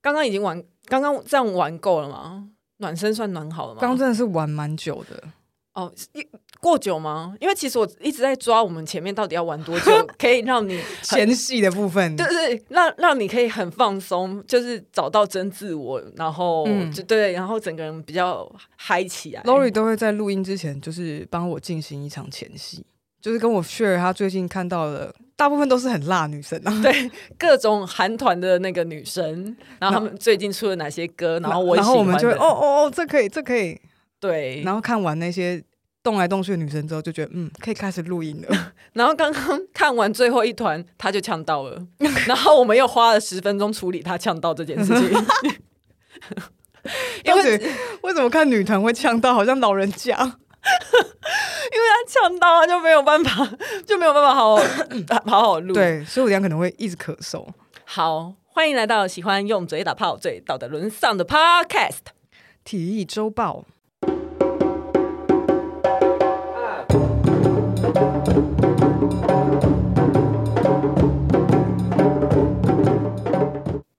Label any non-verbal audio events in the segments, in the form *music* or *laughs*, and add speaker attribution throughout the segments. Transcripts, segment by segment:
Speaker 1: 刚刚已经玩，刚刚这样玩够了吗？暖身算暖好了吗？
Speaker 2: 刚刚真的是玩蛮久的，
Speaker 1: 哦，一过久吗？因为其实我一直在抓我们前面到底要玩
Speaker 2: *laughs*
Speaker 1: 多久，可以让你很
Speaker 2: 前戏的部分，
Speaker 1: 对对，让让你可以很放松，就是找到真自我，然后、
Speaker 2: 嗯
Speaker 1: 就对，然后整个人比较嗨起来。
Speaker 2: Lori 都会在录音之前，就是帮我进行一场前戏，就是跟我 share 她最近看到的，大部分都是很辣的女生啊。
Speaker 1: 对各种韩团的那个女生，然后他们最近出了哪些歌， *laughs* 然后我
Speaker 2: 然后我们
Speaker 1: 喜
Speaker 2: 就
Speaker 1: 欢
Speaker 2: 会
Speaker 1: 的
Speaker 2: 哦哦哦，这可以，这可以。
Speaker 1: 对，
Speaker 2: 然后看完那些动来动去的女生之后，就觉得嗯，可以开始录音
Speaker 1: *laughs*
Speaker 2: 了。
Speaker 1: 然后刚刚看完最后一团，他就呛到了， *laughs* 然后我们又花了十分钟处理他呛到这件事情，因
Speaker 2: 因
Speaker 1: 为
Speaker 2: 为为什么看女团会呛到，好像老
Speaker 1: *laughs*
Speaker 2: 人家？
Speaker 1: 他呛到他就没有办法， *coughs* 就没有办法好 *coughs* 好好好录。，
Speaker 2: 对，所以我等一下可能会一直咳嗽。
Speaker 1: 好，欢迎来到喜欢用嘴打炮、最道德沦丧的 Podcast。
Speaker 2: 体育周报，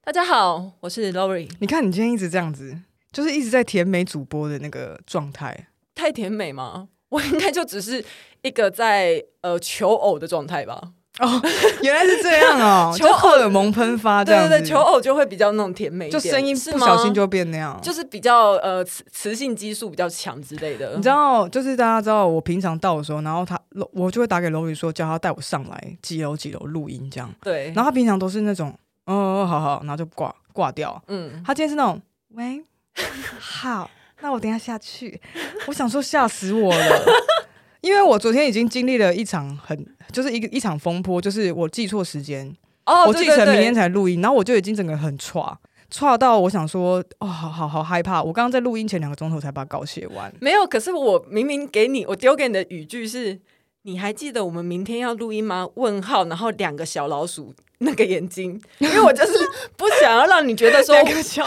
Speaker 1: 大家好，我是 Lori，
Speaker 2: 你看你今天一直这样子，就是一直在甜美主播的那个状态。
Speaker 1: 太甜美吗？我应该就只是一个在呃求偶的状态吧。
Speaker 2: 哦，原来是这
Speaker 1: *laughs*
Speaker 2: 样哦，
Speaker 1: 求
Speaker 2: 就荷尔蒙喷发这
Speaker 1: 对
Speaker 2: 样
Speaker 1: 对
Speaker 2: 子，
Speaker 1: 对，求偶就会比较那种甜美一
Speaker 2: 就
Speaker 1: 点，
Speaker 2: 声音
Speaker 1: 是
Speaker 2: 不小
Speaker 1: 吗
Speaker 2: 心就变那样。
Speaker 1: 就是比较呃雌雌性激素比较强之类的。
Speaker 2: 你知道，就是大家知道我平常到的时候，然后他我就会打给楼宇说，叫他带我上来几楼几楼录音这样。
Speaker 1: 对，
Speaker 2: 然后他平常都是那种，哦，好好，然后就挂挂掉。
Speaker 1: 嗯，
Speaker 2: 他今天是那种，喂，好，那我等一下下
Speaker 1: *laughs*
Speaker 2: 去。我想说吓死我了，因为我昨天已经经历了一场很，就是一个一场风波，就是我记错时间，
Speaker 1: 哦，
Speaker 2: 我
Speaker 1: 对
Speaker 2: 记成明天。
Speaker 1: 对对
Speaker 2: 才录音，然后我就已经整个很歘歘到我想说，哦，好好好害怕。我刚刚在录音前两个钟头才把稿写完，
Speaker 1: 没有，可是我明明给你，我丢给你的语句是：你还记得我们明天要录音吗？问号，然后两个小老鼠那个眼睛，因为我就是
Speaker 2: *laughs*
Speaker 1: 不想要让你觉得说，因 *laughs*
Speaker 2: 个小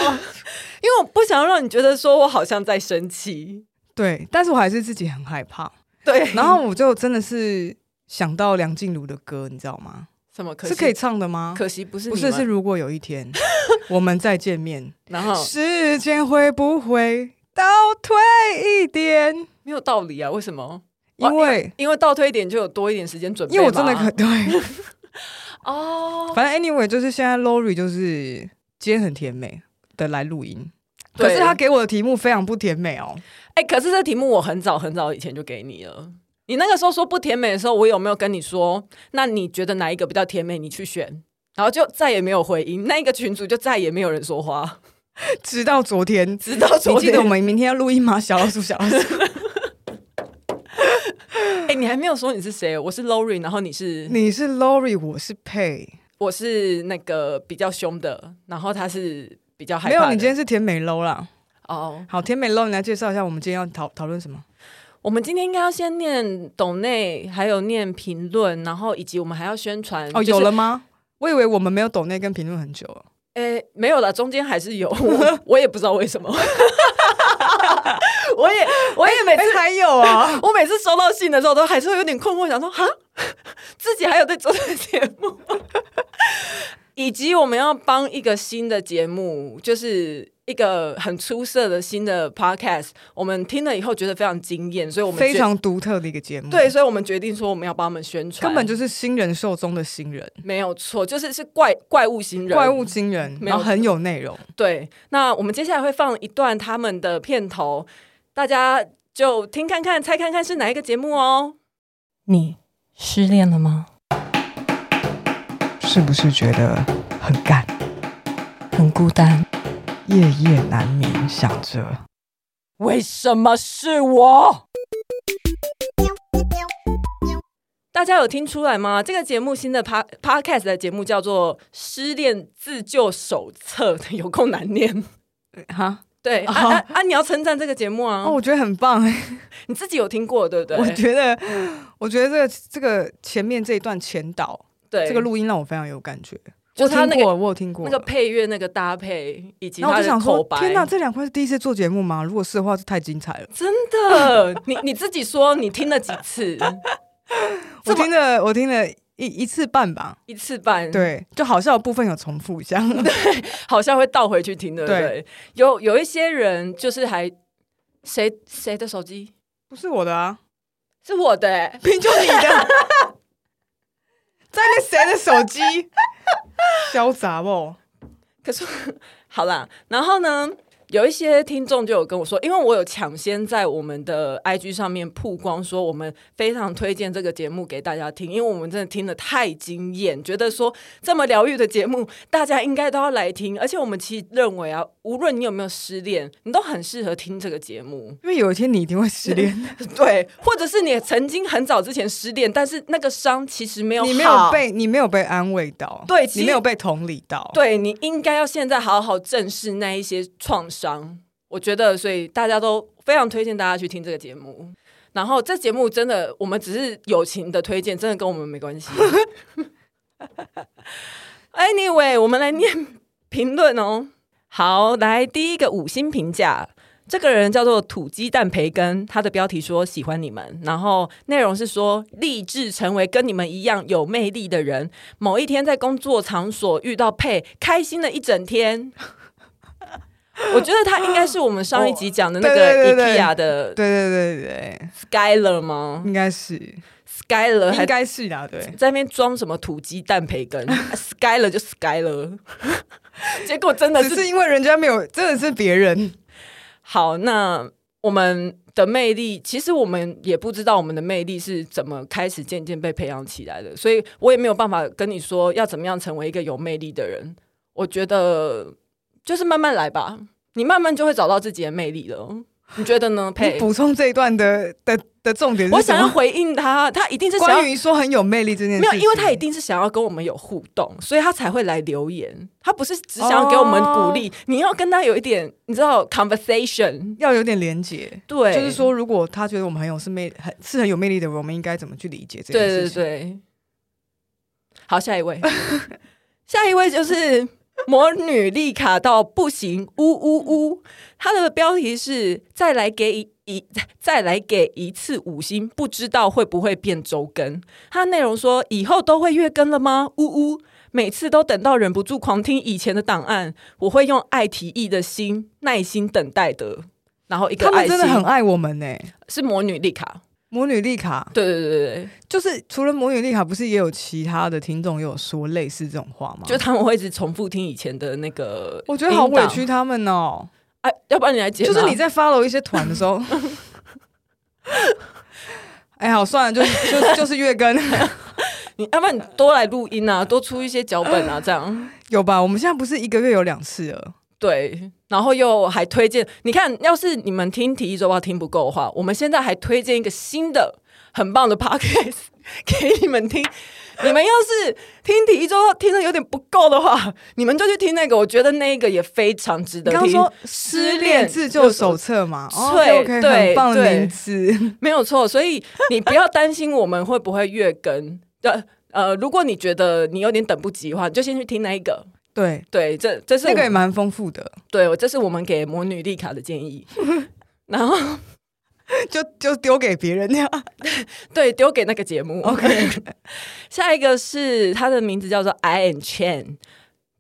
Speaker 1: 为我不想要让你觉得说我好像在生气。
Speaker 2: 对，但是我还是自己很害怕。
Speaker 1: 对，
Speaker 2: 然后我就真的是想到梁静茹的歌，你知道吗？
Speaker 1: 什么可惜
Speaker 2: 是可以，唱的吗？
Speaker 1: 可惜不是
Speaker 2: 不
Speaker 1: 你
Speaker 2: 是，
Speaker 1: 们
Speaker 2: 是，如果有一
Speaker 1: *laughs*
Speaker 2: 天我们再见面，
Speaker 1: 然后
Speaker 2: 时间会不会倒退一点？
Speaker 1: 没有道理啊，为什么？哇
Speaker 2: 因为
Speaker 1: 因为倒推一点就有多一点时间准备嘛，
Speaker 2: 因为我真的可对，
Speaker 1: 哦，
Speaker 2: *laughs* 反正 anyway 就是现在 Lori 就是今天很甜美的来录音，可
Speaker 1: 对
Speaker 2: 是他给我的题目非常不甜美哦。
Speaker 1: 哎、可是这题目我很早很早以前就给你了。你那个时候说不甜美的时候，我有没有跟你说？那你觉得哪一个比较甜美？你去选。然后就再也没有回音，那一个群主就再也没有人说话，
Speaker 2: 直到昨天，
Speaker 1: 直到
Speaker 2: 你
Speaker 1: 昨
Speaker 2: 记
Speaker 1: 天。
Speaker 2: 得我们明天要录音吗？小老鼠，
Speaker 1: *laughs*
Speaker 2: 小老鼠，
Speaker 1: 哎、你还没有说你是谁？我是 Lori，然后你是
Speaker 2: 你是 Lori，我是佩。
Speaker 1: 我是那个比较凶的，然后他是比较害
Speaker 2: 没
Speaker 1: 怕
Speaker 2: 有
Speaker 1: 的。，
Speaker 2: 你今天是甜美 low 啦。
Speaker 1: 哦
Speaker 2: 好，甜美 low，你来介绍一下我们今天要讨讨论什么？
Speaker 1: 我们今天应该要先念抖内，还有念评论，然后以及我们还要宣传。就
Speaker 2: 哦，
Speaker 1: 是
Speaker 2: 有了吗？我以为我们没有抖内跟评论很久了。
Speaker 1: 诶，没有啦，中间还是有，我我也不知道为什么。 *laughs* 我也我也每次、
Speaker 2: 还有啊，
Speaker 1: 我每次收到信的时候，都还是会有点困惑，想说哈， *laughs* 自己还有在做这个节目， *laughs* 以及我们要帮一个新的节目，就是一个很出色的新的 podcast，我们听了以后觉得非常惊艳，所以我们决
Speaker 2: 非常独特的一个节目，
Speaker 1: 对，，所以我们决定说我们要帮他们宣传，
Speaker 2: 根本就是新人受中的新人，
Speaker 1: 没有错，就是是怪怪物新人，
Speaker 2: 怪物新人，
Speaker 1: 没有
Speaker 2: 然后很有内容。
Speaker 1: 对，那我们接下来会放一段他们的片头，大家就听看看、猜看看是哪一个节目哦。你失恋了吗？
Speaker 2: 是不是觉得很干，
Speaker 1: 很孤单。
Speaker 2: 夜夜难眠，想着
Speaker 1: 为什么是我？大家有听出来吗？这个节目新的 pa podcast 的节目叫做《失恋自救手册》， *laughs* 有够难念。
Speaker 2: 哈？
Speaker 1: 对，啊啊啊！你要称赞这个节目啊！
Speaker 2: 哦，我觉得很棒哎、
Speaker 1: 你自己有听过对不对？
Speaker 2: 我觉得，我觉得这个这个前面这一段前导，
Speaker 1: 对
Speaker 2: 这个录音让我非常有感觉。
Speaker 1: 就是他
Speaker 2: 我
Speaker 1: 那
Speaker 2: 听
Speaker 1: 个
Speaker 2: 过，我有听过
Speaker 1: 那个。配乐、那个搭配以及
Speaker 2: 然后
Speaker 1: 他
Speaker 2: 我就
Speaker 1: 的
Speaker 2: 想
Speaker 1: 口
Speaker 2: 说
Speaker 1: 白，，
Speaker 2: 天哪，这两块是第一次做节目吗？如果是的话，这太精彩了。
Speaker 1: 真 *laughs* 的，你你自己说你听了几次？
Speaker 2: 我听了，我听了一一次半吧。
Speaker 1: 一次半，，
Speaker 2: 对，就好笑的部分有重复
Speaker 1: *laughs*
Speaker 2: 一下，
Speaker 1: 好像会倒回去听，对不对？
Speaker 2: 对
Speaker 1: 有有一些人就是还谁谁的手机
Speaker 2: 不是我的啊，
Speaker 1: 是我的、欸，
Speaker 2: 凭就
Speaker 1: *laughs*
Speaker 2: 你的，在那谁的手机， *laughs* 潇洒哦不？
Speaker 1: 可是 *laughs* 好啦，然后呢，有一些听众就有跟我说，因为我有抢先在我们的 IG 上面曝光，说我们非常推荐这个节目给大家听，因为我们真的听得太惊艳，觉得说这么疗愈的节目，大家应该都要来听。而且我们其实认为啊，无论你有没有失恋，你都很适合听这个节目。
Speaker 2: 因为有一天你一定会失恋，
Speaker 1: 对，或者是你曾经很早之前失恋，但是那个伤其实没有
Speaker 2: 你
Speaker 1: 好
Speaker 2: 没有被你没有被安慰到，
Speaker 1: 对其实
Speaker 2: 你没有被同理到，
Speaker 1: 对你应该要现在好好正视那一些创伤。我觉得，所以大家都非常推荐大家去听这个节目。然后这节目真的，我们只是友情的推荐，真的跟我们没关系。anyway，我们来念评论哦。好，来第一个五星评价，这个人叫做土鸡蛋培根，他的标题说喜欢你们，然后内容是说立志成为跟你们一样有魅力的人，某一天在工作场所遇到佩，开心了一整天。 *laughs* 我觉得他应该是我们上一集讲的那
Speaker 2: 哦对
Speaker 1: 个
Speaker 2: 对对对
Speaker 1: IKEA 的
Speaker 2: 对对对对对，
Speaker 1: Skyler 吗
Speaker 2: 应该是
Speaker 1: ？Skyler 呃还
Speaker 2: 应该是啦，对。
Speaker 1: 在那边装什么土鸡蛋培根？Skyler 就 Skyler，结果真的
Speaker 2: 只
Speaker 1: 是
Speaker 2: 是因为人家没有，真的是
Speaker 1: *laughs*
Speaker 2: 别人，
Speaker 1: 好，那我们的魅力，其实我们也不知道我们的魅力是怎么开始渐渐被培养起来的，所以我也没有办法跟你说要怎么样成为一个有魅力的人。我觉得就是慢慢来吧，你慢慢就会找到自己的魅力了。你觉得呢，
Speaker 2: 你
Speaker 1: 佩？
Speaker 2: 补充这一段的的的重点
Speaker 1: 我
Speaker 2: 是什
Speaker 1: 想要
Speaker 2: 么？
Speaker 1: 回应他，他一定是想要
Speaker 2: 关于说很有魅力这件事
Speaker 1: 没
Speaker 2: 情，
Speaker 1: 有，因为他一定是想要跟我们有互动，所以他才会来留言。他不是只想要给我们鼓
Speaker 2: 哦
Speaker 1: 励，你要跟他有一点，你知道 conversation。
Speaker 2: 要有点连结，
Speaker 1: 对，
Speaker 2: 就是说，如果他觉得我们很有是魅很是很有魅力的人，我们应该怎么去理解这件
Speaker 1: 对
Speaker 2: 事
Speaker 1: 对
Speaker 2: 情？
Speaker 1: 对，好，下一位， *laughs* 下一位就是魔女丽卡到不行，呜呜呜！她的标题是“再来给一一再来给一次五星，不知道会不会变周更”。它的内容说：“以后都会月更了吗？”呜呜。每次都等到忍不住狂听以前的档案，我会用爱提议的心耐心等待的。然后一个
Speaker 2: 他
Speaker 1: 爱
Speaker 2: 们
Speaker 1: 心
Speaker 2: 真的很爱我们呢、
Speaker 1: 是魔女丽卡，
Speaker 2: 魔女丽卡
Speaker 1: 对对对对对，
Speaker 2: 就是除了魔女丽卡，不是也有其他的听众也有说类似这种话吗？
Speaker 1: 就他们会一直重复听以前的那个，
Speaker 2: *laughs* 我觉得好委屈。他们哦、
Speaker 1: 哎、要不然你来解答，
Speaker 2: 就是你在 follow 一些团的时候， *laughs* 哎，好算了，就是就就是月更 *laughs*
Speaker 1: 你要不然你多来录音啊，多出一些脚本啊，这
Speaker 2: *laughs*
Speaker 1: 样
Speaker 2: 有吧？我们现在不是一个月有两次了，
Speaker 1: 对。然后又还推荐，你看，要是你们听《体育周报》听不够的话，我们现在还推荐一个新的很棒的 *laughs* podcast 给你们听。你们要是听《体育周报》听的有点不够的话，你们就去听那个，我觉得那个也非常值
Speaker 2: 你
Speaker 1: 得
Speaker 2: 刚刚
Speaker 1: 听。
Speaker 2: 说失恋自救手册嘛，
Speaker 1: 对
Speaker 2: 哦，OK，
Speaker 1: 对
Speaker 2: 很棒的
Speaker 1: 对
Speaker 2: 名字，
Speaker 1: 没有错，所以你不要担心我们会不会月更。呃呃，如果你觉得你有点等不及的话，你就先去听那一个。
Speaker 2: *laughs* 对，
Speaker 1: 对，这这是我
Speaker 2: 这
Speaker 1: 们
Speaker 2: 个也蛮丰富的， *laughs*
Speaker 1: 对，这是我们给魔女丽卡的建议。 *laughs* 然后
Speaker 2: 就就丢给别人那样。
Speaker 1: 对，丢给那个节目。
Speaker 2: OK
Speaker 1: *laughs* 下一个是他的名字叫做 I and Chen，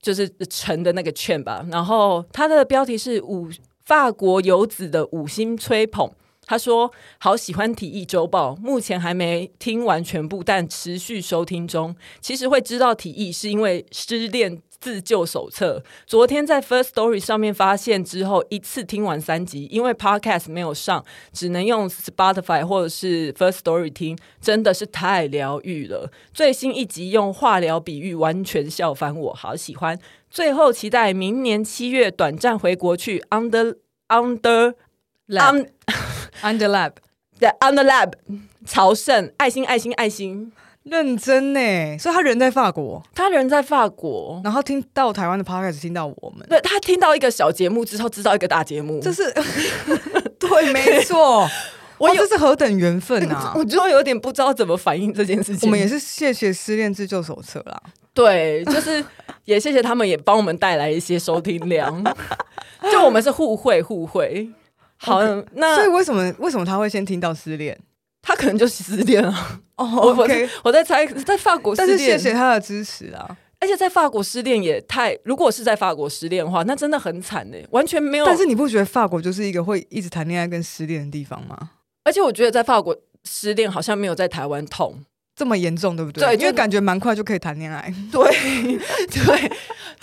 Speaker 1: 就是陈的那个 Chen 吧。然后他的标题是五法国游子的五星吹捧。他说：“好喜欢《体育周报》，目前还没听完全部，但持续收听中。其实会知道体育是因为失恋自救手册。昨天在 First Story 上面发现之后，一次听完三集，因为 Podcast 没有上，只能用 Spotify 或者是 First Story 听，真的是太疗愈了。最新一集用化疗比喻，完全笑翻我，好喜欢。最后期待明年七月短暂回国去 Under Under
Speaker 2: Lab
Speaker 1: Un
Speaker 2: Under Lab，
Speaker 1: the Under Lab 朝圣，爱心爱心爱心。
Speaker 2: 认真呢，所以他人在法国，
Speaker 1: 他人在法国，
Speaker 2: 然后听到台湾的 podcast，听到我们，
Speaker 1: 对他听到一个小节目之后，知道一个大节目，
Speaker 2: 这是 *laughs* 对，没错，
Speaker 1: 我
Speaker 2: 我
Speaker 1: 有
Speaker 2: 这是何等缘分啊！
Speaker 1: 我就有点不知道怎么反应这件事情。
Speaker 2: 我们也是谢谢失恋自救手册啦，
Speaker 1: 对，就是 *laughs* 也谢谢他们，也帮我们带来一些收听
Speaker 2: *laughs*
Speaker 1: 量。就我们是互惠互惠。好那嗯
Speaker 2: 所以为什么为什么他会先听到失恋？
Speaker 1: 他可能就失恋了。
Speaker 2: 哦
Speaker 1: 我我
Speaker 2: ，OK，
Speaker 1: 我在猜，在法国失
Speaker 2: 但
Speaker 1: 恋，
Speaker 2: 是谢谢他的支持啊。
Speaker 1: 而且在法国失恋也太，如果是在法国失恋的话，那真的很惨呢、完全没有。
Speaker 2: 但是你不觉得法国就是一个会一直谈恋爱跟失恋的地方吗？
Speaker 1: 而且我觉得在法国失恋好像没有在台湾痛。
Speaker 2: 这么严重，对不对？
Speaker 1: 对
Speaker 2: 因为
Speaker 1: 就
Speaker 2: 感觉蛮快就可以谈恋爱， *laughs*
Speaker 1: 对对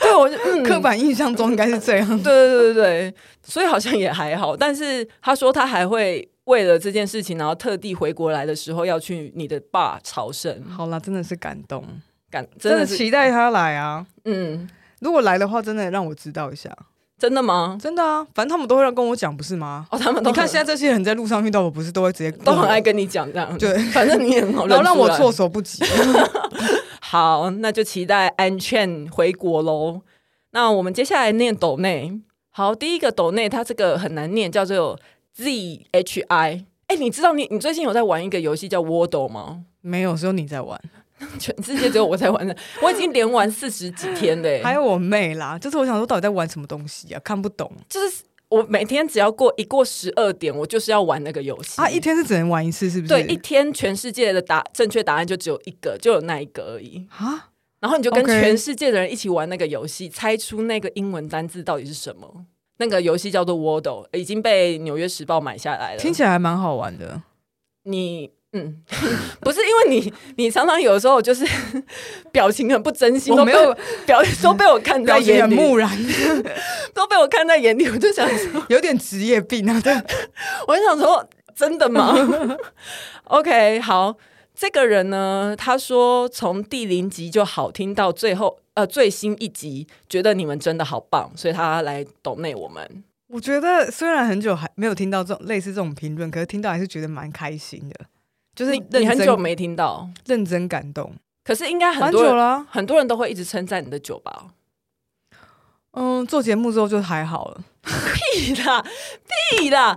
Speaker 1: 对，我就、嗯、
Speaker 2: 刻板印象中应该是这样。
Speaker 1: 对对对对对，所以好像也还好。但是他说他还会为了这件事情，然后特地回国来的时候要去你的爸朝圣，
Speaker 2: *laughs* 好啦，真的是感动，
Speaker 1: 感
Speaker 2: 真
Speaker 1: 真
Speaker 2: 的
Speaker 1: 的是
Speaker 2: 期待他来啊！
Speaker 1: 嗯，
Speaker 2: 如果来的话，真的让我知道一下。
Speaker 1: 真的吗？
Speaker 2: 真的啊，反正他们都会跟我讲，不是吗？
Speaker 1: 哦，他们都
Speaker 2: 你看
Speaker 1: 很
Speaker 2: 现在这些人在路上遇到我，不是都会直接
Speaker 1: 都很爱，跟你讲这样，
Speaker 2: 对，
Speaker 1: 反正你也
Speaker 2: *laughs*
Speaker 1: 很好，
Speaker 2: 然后让我
Speaker 1: 认出来
Speaker 2: 措手不及。 *laughs*
Speaker 1: 好，那就期待安茜回国喽。那我们接下来念斗内。好，第一个斗内，它这个很难念，叫做 Z H I。哎、你知道你你最近有在玩一个游戏叫 Wordle 吗？
Speaker 2: 没有，只有你在玩，
Speaker 1: 全世界只有我在
Speaker 2: *laughs*
Speaker 1: 玩的，我已经连玩四十几天欸嘞、
Speaker 2: 还有我妹啦。就是我想说，到底在玩什么东西啊？看不懂
Speaker 1: 就是我每天只要过一过十二点，我就是要玩那个游戏
Speaker 2: 啊！一天是只能玩一次，是不是？
Speaker 1: 对一天，全世界的答正确答案就只有一个，就有那一个而已。
Speaker 2: 啊，
Speaker 1: 然后你就跟
Speaker 2: OK
Speaker 1: 全世界的人一起玩那个游戏，猜出那个英文单字到底是什么。那个游戏叫做 Wordle，已经被《纽约时报》买下来了。
Speaker 2: 听起来还蛮好玩的。
Speaker 1: 你嗯， *laughs* 不是因为你，你常常有时候就是 *laughs* 表情很不真心，
Speaker 2: 我
Speaker 1: 都
Speaker 2: 没
Speaker 1: 被
Speaker 2: 有
Speaker 1: 表都被我看在
Speaker 2: 表情
Speaker 1: 眼
Speaker 2: 很
Speaker 1: 里，
Speaker 2: 木然，
Speaker 1: *laughs* 都被我看在眼里。我就想说， *laughs*
Speaker 2: 有点职业病啊。对，
Speaker 1: 我就想说，真的吗 *laughs* ？OK，好，这个人呢，他说从第零集就好听到最后，呃，最新一集，觉得你们真的好棒，所以他来抖内我们。
Speaker 2: 我觉得虽然很久还没有听到这种类似这种评论，可是听到还是觉得蛮开心的，就是
Speaker 1: 你
Speaker 2: 认真
Speaker 1: 你很久没听到，
Speaker 2: 认真感动，
Speaker 1: 可是应该很
Speaker 2: 蛮
Speaker 1: 多
Speaker 2: 久啊
Speaker 1: 人
Speaker 2: 啦、
Speaker 1: 很多人都会一直称赞你的酒吧。
Speaker 2: 嗯，做节目之后就还好了。
Speaker 1: 屁啦，屁啦！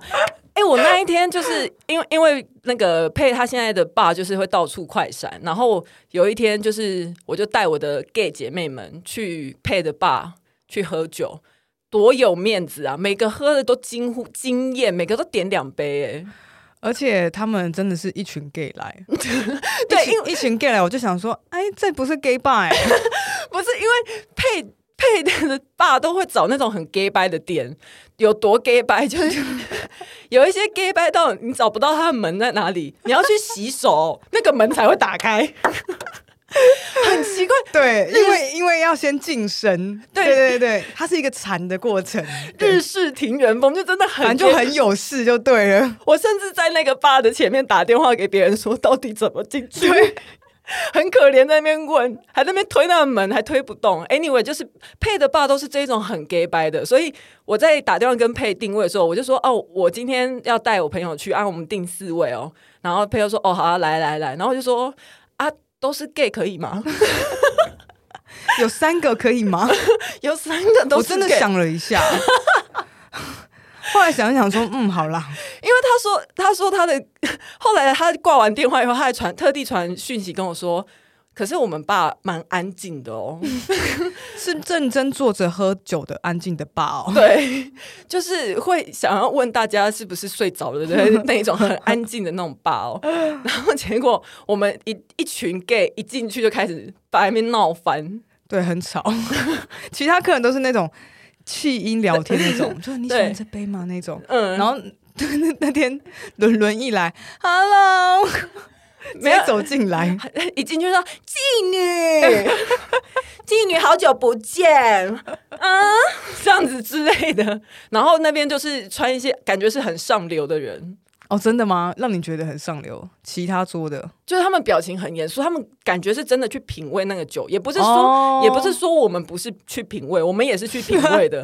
Speaker 1: 哎、我那一天就是因为因为那个佩他现在的爸就是会到处快闪，然后有一天就是我就带我的 gay 姐妹们去佩的爸去喝酒，多有面子啊！每个喝的都惊呼惊艳，每个都点两杯、欸，
Speaker 2: 而且他们真的是一群 gay
Speaker 1: *laughs*
Speaker 2: 来，
Speaker 1: 对
Speaker 2: 一群一群 gay 来，我就想说，哎，这不是 gay bar，、欸、
Speaker 1: 不是因为配配的爸都会找那种很 gay 掰的店，有多 gay 掰就是 *laughs* 有一些 gay 掰到你找不到他的门在哪里，你要去洗手，那个门才会打开， *laughs* 很奇怪。
Speaker 2: *laughs* 对，因为因为要先晋升，
Speaker 1: 对
Speaker 2: 对对对，它是一个禅的过程，对
Speaker 1: 日式庭园风就真的
Speaker 2: 反
Speaker 1: 很
Speaker 2: 正就很有事就对了。
Speaker 1: 我甚至在那个爸的前面打电话给别人说，到底怎么进去？ *laughs* 很可怜，在那边问，还在那边推那个门，还推不动。Anyway，就是配的爸都是这种很 gay 掰的，所以我在打电话跟配定位的时候，我就说哦，我今天要带我朋友去，啊，我们定四位哦。然后配就说哦，好啊，来来来，然后我就说啊，都是 gay 可以吗？
Speaker 2: *laughs*
Speaker 1: *laughs*
Speaker 2: 有三个可以 *laughs* 吗？
Speaker 1: 有三个都
Speaker 2: 我
Speaker 1: 是 gay，
Speaker 2: 真的想了一 *laughs* 下，后来想一想说，嗯，好啦，
Speaker 1: 因为他说，他说他的 *laughs* 后来他挂完电话以后，他还传特地传讯息跟我说，可是我们爸蛮安静的哦，
Speaker 2: 是认真坐着喝酒的安静的爸哦。
Speaker 1: 对，就是会想要问大家是不是睡着了的那一种很安静的那种爸哦，然后结果我们一一群 gay 一进去就开始把那边闹翻，
Speaker 2: 对，很 *laughs* 吵。其他客人都是那种气音聊天那 *laughs* 种，就是你喜欢
Speaker 1: 对
Speaker 2: 这杯吗？那种。
Speaker 1: 嗯，
Speaker 2: 然后 *laughs* 那那天伦伦一来，Hello，
Speaker 1: 没有
Speaker 2: 直接走进来，
Speaker 1: *laughs* 一进去说妓女， *laughs* 妓女好久不见， *laughs* 啊，这样子之类的，然后那边就是穿一些感觉是很上流的人。
Speaker 2: 哦，真的吗？让你觉得很上流？其他桌的
Speaker 1: 就是他们表情很严肃，他们感觉是真的去品味那个酒，也不是说、
Speaker 2: 哦
Speaker 1: 也不是说我们不是去品味，我们也是去品味的，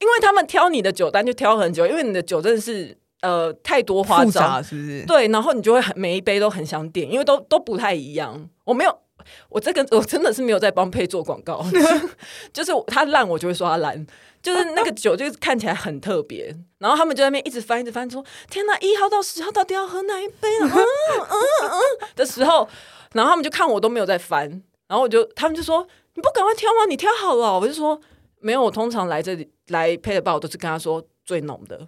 Speaker 1: 因为他们挑你的酒单就挑很久，因为你的酒真的是呃太多花
Speaker 2: 复
Speaker 1: 招，
Speaker 2: 杂是不是？
Speaker 1: 对，然后你就会很每一杯都很想点，因为都都不太一样。我没有，我这个我真的是没有在帮配做广告，就是他烂我就会说他烂，就是那个酒就是看起来很特别，然后他们就在那边一直翻一直翻，说天哪，一号到十号到底要喝哪一杯了？嗯嗯嗯的时候，然后他们就看我都没有在翻，然后我就他们就说你不赶快挑吗？你挑好了哦，我就说没有，我通常来这里来配的吧，我都是跟他说最浓的。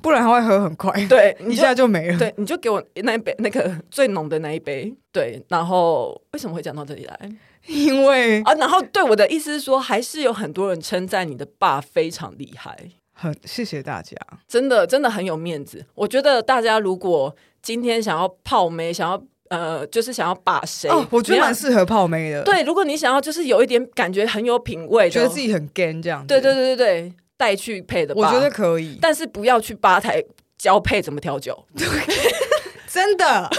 Speaker 2: 不然它会喝很快，
Speaker 1: 对，
Speaker 2: *laughs* 一
Speaker 1: 你就
Speaker 2: 下
Speaker 1: *laughs*
Speaker 2: 就没了。
Speaker 1: 对，你就给我那一杯那个最浓的那一杯。对，然后为什么会讲到这里来
Speaker 2: 因为
Speaker 1: 啊？然后对我的意思是说，还是有很多人称赞你的爸非常厉害，
Speaker 2: 很谢谢大家，
Speaker 1: 真的真的很有面子。我觉得大家如果今天想要泡妹，想要呃，就是想要把谁，
Speaker 2: 哦，我觉
Speaker 1: 你
Speaker 2: 得
Speaker 1: 要
Speaker 2: 蛮适合泡妹的，，
Speaker 1: 对，如果你想要就是有一点感觉很有品味的，
Speaker 2: 觉得自己很 gay 这样，
Speaker 1: 对对，对对对带去配的吧，
Speaker 2: 我觉得可以，
Speaker 1: 但是不要去吧台教配怎么调酒，
Speaker 2: 真的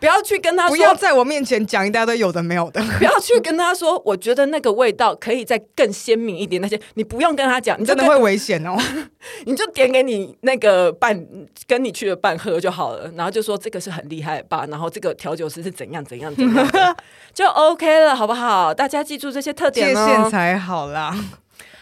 Speaker 1: 不要去跟他说，
Speaker 2: 不要在我面前讲一大堆有的没有的，
Speaker 1: 不要去跟他说，我觉得那个味道可以再更鲜明一点。那些你不用跟他讲，你就
Speaker 2: 真的
Speaker 1: 跟
Speaker 2: 会危险
Speaker 1: *laughs*
Speaker 2: 哦。
Speaker 1: 你就点给你那个伴跟你去的伴喝就好了，然后就说这个是很厉害的吧，然后这个调酒师是怎样怎样怎样
Speaker 2: *laughs*
Speaker 1: 的就 OK 了，好不好？大家记住这些特
Speaker 2: 界
Speaker 1: 点
Speaker 2: 限
Speaker 1: 哦。
Speaker 2: 才好啦。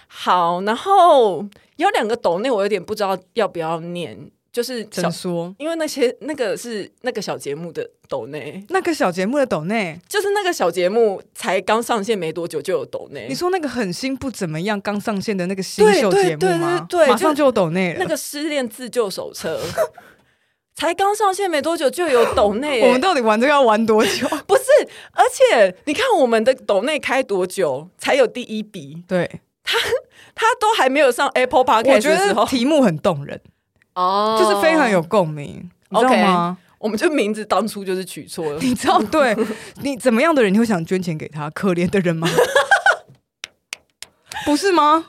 Speaker 1: 好，然后有两个抖内，我有点不知道要不要念，就是小
Speaker 2: 怎，说？
Speaker 1: 因为那些那个是那个小节目的抖内，
Speaker 2: 那个小节目的抖内，
Speaker 1: 就是那个小节目才刚上线没多久就有抖内
Speaker 2: 你，说那个很新不怎么样刚上线的那个新
Speaker 1: 对
Speaker 2: 秀
Speaker 1: 对
Speaker 2: 节目
Speaker 1: 对
Speaker 2: 吗？
Speaker 1: 对对
Speaker 2: 马上就有抖内了。
Speaker 1: 那个失恋自救手册 *laughs* 才刚上线没多久就有抖内、
Speaker 2: *laughs* 我们到底玩这个要玩
Speaker 1: *laughs*
Speaker 2: 多久？
Speaker 1: 不是，而且你看我们的抖内开多久才有第一笔，
Speaker 2: 对，
Speaker 1: 他都还没有上 Apple
Speaker 2: 我
Speaker 1: Podcast
Speaker 2: 觉
Speaker 1: 的时
Speaker 2: 得
Speaker 1: 候，
Speaker 2: 题目很动人，
Speaker 1: 哦
Speaker 2: 就是非常有，共鸣，你知道
Speaker 1: OK *laughs*
Speaker 2: 吗？
Speaker 1: 我们就名字当初就是取错了。
Speaker 2: 你知道，对你怎么样的人你会想捐钱给他？可怜的人吗？ *laughs* 不是吗？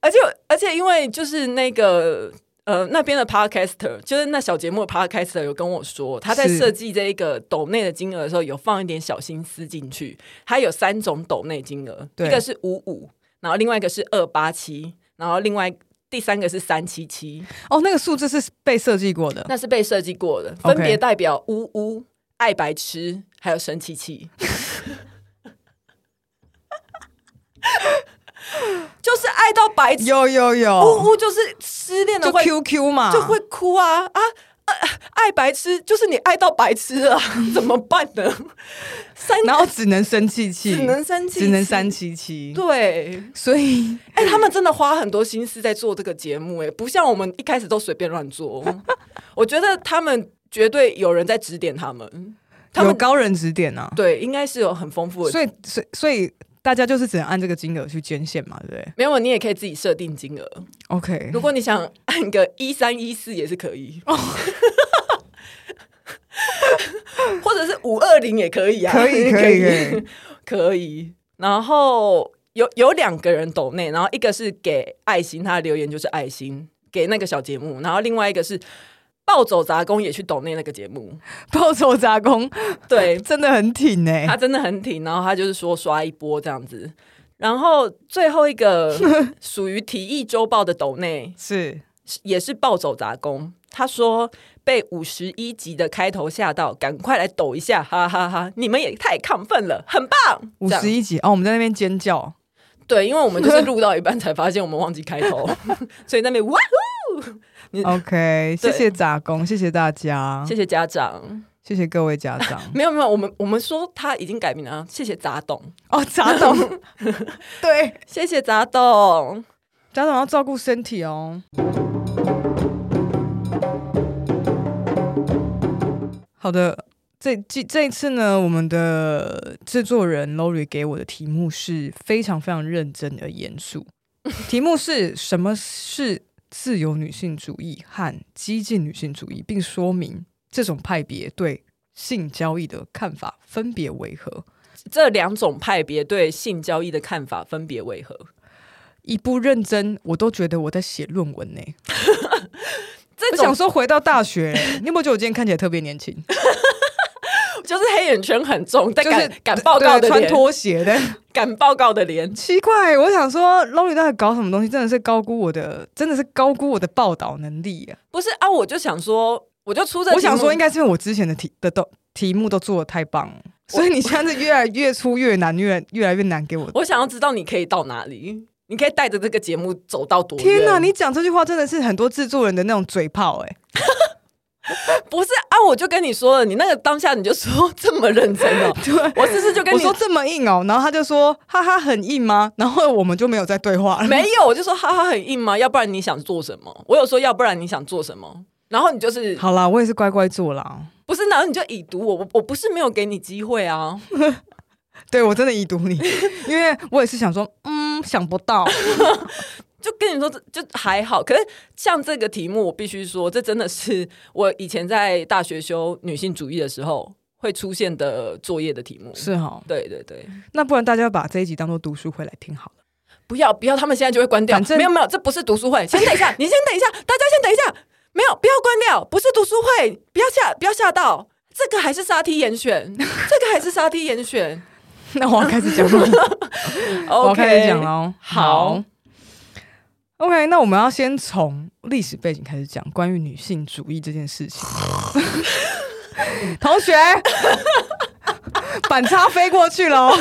Speaker 1: 而且而且因为就是那个呃那边的 podcaster，就是那小节目的 podcaster 有跟我说，他在
Speaker 2: 是
Speaker 1: 设计这一个抖内的金额的时候，有放一点小心思进去。他有三种抖内金额，
Speaker 2: 对
Speaker 1: 一个是五五，然后另外一个是二八七，然后另外第三个是三七七，
Speaker 2: 哦，那个数字是被设计过的，
Speaker 1: 那是被设计过的，
Speaker 2: OK
Speaker 1: 分别代表呜呜、爱白痴还有神奇
Speaker 2: *laughs*
Speaker 1: 奇。就是爱到白痴，
Speaker 2: 有有
Speaker 1: 呜
Speaker 2: 有，
Speaker 1: 呜就是失恋
Speaker 2: 哦就
Speaker 1: 哦了会
Speaker 2: QQ 嘛，
Speaker 1: 就会哭啊啊！啊爱白痴就是你爱到白痴了，怎么办
Speaker 2: *laughs*
Speaker 1: 呢？三
Speaker 2: 然后只能生气气，
Speaker 1: 只能三七，
Speaker 2: 只能三。七七， *laughs*
Speaker 1: 对，
Speaker 2: 所以
Speaker 1: 哎、他们真的花很多心思在做这个节目、哎，不像我们一开始都随便乱
Speaker 2: *laughs*
Speaker 1: 做。我觉得他们绝对有人在指点他们，他
Speaker 2: 有
Speaker 1: 们
Speaker 2: 高人指点啊。
Speaker 1: 对应该是有很丰富的。
Speaker 2: 所以，所以，所以大家就是只能按这个金额去捐献嘛，对不对
Speaker 1: 没有，你也可以自己设定金额。
Speaker 2: ？OK，
Speaker 1: 如果你想按个一三一四也是可以，
Speaker 2: 哦
Speaker 1: *laughs* 或者是五二零也可以啊，
Speaker 2: 可
Speaker 1: *laughs*
Speaker 2: 以可以可以
Speaker 1: 可以。然后有有两个人抖内，然后一个是给爱心，他的留言就是爱心给那个小节目，然后另外一个是暴走杂工也去抖内那个节目，
Speaker 2: *laughs* 报仇杂工
Speaker 1: 对
Speaker 2: *laughs* 真的很挺哎、
Speaker 1: 他真的很挺，然后他就是说刷一波这样子。然后最后一个
Speaker 2: *laughs*
Speaker 1: 属于体育周报的抖内，
Speaker 2: 是
Speaker 1: 也是暴走杂工。他说被五十一集的开头吓到，赶快来抖一下，哈哈哈你们也太亢奋了，很棒！
Speaker 2: 五
Speaker 1: 这
Speaker 2: 十
Speaker 1: 样
Speaker 2: 一集哦，我们在那边
Speaker 1: *laughs*
Speaker 2: 尖叫，
Speaker 1: 对，因为我们就是录到一半才发现我们忘记开头， *laughs* 所以那边哇嗯
Speaker 2: OK，谢
Speaker 1: 对
Speaker 2: 谢杂工，谢谢大家
Speaker 1: 哦，谢谢家长。
Speaker 2: 谢谢各位家
Speaker 1: *laughs*
Speaker 2: 长
Speaker 1: 没有没有，我们我们说他已经改名了，啊谢谢杂董，
Speaker 2: 哦，杂董，
Speaker 1: *laughs*
Speaker 2: 对，
Speaker 1: 谢谢杂董。
Speaker 2: 家长要照顾身体哦。好的，这这这一次呢，我们的制作人 Lori 给我的题目是非常非常认真而严肃，题目是什么是自由女性主义和激进女性主义，并说明这种派别对性交易的看法分别为何。
Speaker 1: 这两种派别对性交易的看法分别为何？
Speaker 2: 一不认真，我都觉得我在写论文呢、
Speaker 1: 这
Speaker 2: 我想
Speaker 1: 种
Speaker 2: 说回到大学、你有没有觉得我今天看起来特别年轻？
Speaker 1: 就是黑眼圈很重，但
Speaker 2: 就是
Speaker 1: 敢、敢 *laughs* 报告的
Speaker 2: 对穿
Speaker 1: 脸，
Speaker 2: 拖鞋的，
Speaker 1: 敢报告的脸，
Speaker 2: 奇怪，我想说 l o r i 到底搞什么东西？真的是高估我的，真的是高估我的报道能力啊！
Speaker 1: 不是啊，我就想说，我就出这，
Speaker 2: 我想说，应。该是因为我之前的题的都题目都做的太棒了，所以你现在是越来越出越难，越来越来越难给我。
Speaker 1: 我想要知道你可以到哪里，你可以带着这个节目走到多远？
Speaker 2: 天哪，你讲这句话真的是很多制作人的那种嘴炮哎、
Speaker 1: 不是啊？我就跟你说了，你那个当下你就说 *laughs* 这么认真哦，
Speaker 2: 对。
Speaker 1: 我是不是就跟
Speaker 2: 我
Speaker 1: 你
Speaker 2: 说这么硬哦，然后他就说哈哈很硬吗？然后我们就没有再对话了。
Speaker 1: 没有？我就说哈哈很硬吗？要不然你想做什么？我有说要不然你想做什么？然后你就是
Speaker 2: 好啦，我也是乖乖做啦。
Speaker 1: 不是，然后你就已读我，我我不是没有给你机会啊。
Speaker 2: *laughs* 对我真的已读你，因为我也是想说，嗯，想不 *laughs* 到，
Speaker 1: 就跟你说，就还好。可是像这个题目，我必须说，这真的是我以前在大学修女性主义的时候会出现的作业的题目。
Speaker 2: 是哦哈。
Speaker 1: 对对对，
Speaker 2: 那不然大家把这一集当做读书会来听好了。
Speaker 1: 不要不要，他们现在就会关掉。
Speaker 2: 反正
Speaker 1: 没有没有，这不是读书会，先等一
Speaker 2: *laughs*
Speaker 1: 下，你先等一下，大家先等一下，没有不要关掉，不是读书会，不要吓不要吓到，这个还是沙梯严
Speaker 2: *laughs*
Speaker 1: 选，这个还是沙梯严选。
Speaker 2: *laughs* 那我要开始讲了， *laughs* 我
Speaker 1: OK，
Speaker 2: 要开始讲喽。
Speaker 1: 好
Speaker 2: OK，那我们要先从历史背景开始讲关于女性主义这件事 *laughs* 情。同 *laughs* 学，板擦飞过去哦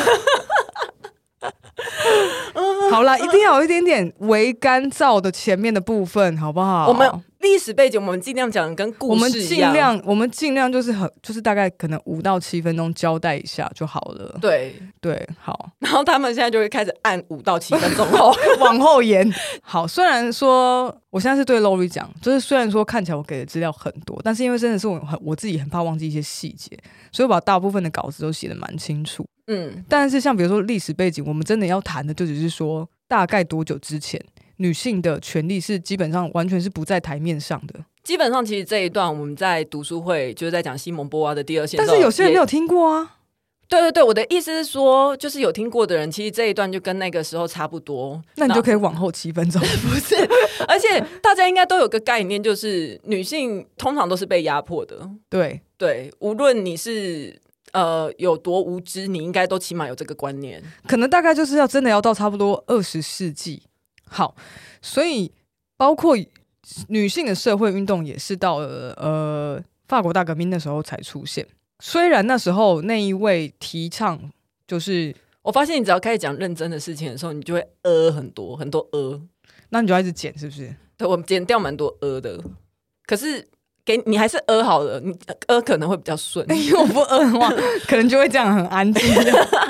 Speaker 2: *laughs* 喽。好啦，一定要有一点点微干燥的前面的部分，好不好？
Speaker 1: 我们历史背景，我们尽量讲得跟故事一
Speaker 2: 我
Speaker 1: 样。
Speaker 2: 们尽量，我们尽量就是很，就是大概可能五到七分钟交代一下就好了。
Speaker 1: 对，
Speaker 2: 对，
Speaker 1: *laughs*
Speaker 2: 好，
Speaker 1: 然后他们现在就会开始按五到七分钟
Speaker 2: *laughs*
Speaker 1: 后，
Speaker 2: 往后延。好，虽然说我现在是对 Lori 讲，就是虽然说看起来我给的资料很多，但是因为真的是我很我自己很怕忘记一些细节，所以我把大部分的稿子都写的蛮清楚。
Speaker 1: 嗯，
Speaker 2: 但是像比如说历史背景，我们真的要谈的就只是说大概多久之前。女性的权利是基本上完全是不在台面上的，
Speaker 1: 基本上其实这一段我们在读书会就是在讲西蒙波娃的第二线，
Speaker 2: 但是有些人没
Speaker 1: 有。
Speaker 2: 有听过啊。
Speaker 1: 对对对，我的意思是说，就是有听过的人，其实这一段就跟那个时候差不多。
Speaker 2: 那你就可以往后
Speaker 1: *laughs*
Speaker 2: 七分钟，
Speaker 1: 不是，而且大家应该都有个概念，就是女性通常都是被压迫的。
Speaker 2: 对，
Speaker 1: 对，无论你是呃有多无知，你应该都起码有这个观念。
Speaker 2: 可能大概就是要真的要到差不多二十世纪。好，所以包括女性的社会运动也是到了呃法国大革命那时候才出现。虽然那时候那一位提倡就是，
Speaker 1: 我发现你只要开始讲认真的事情的时候，你就会呃很多很多呃。
Speaker 2: 那你就要一直剪是不是？
Speaker 1: 对，我剪掉蛮多呃的，可是给你还是呃好了，你呃可能会比较顺。
Speaker 2: 因为我不饿的话，可能就会这样很安静。 *laughs*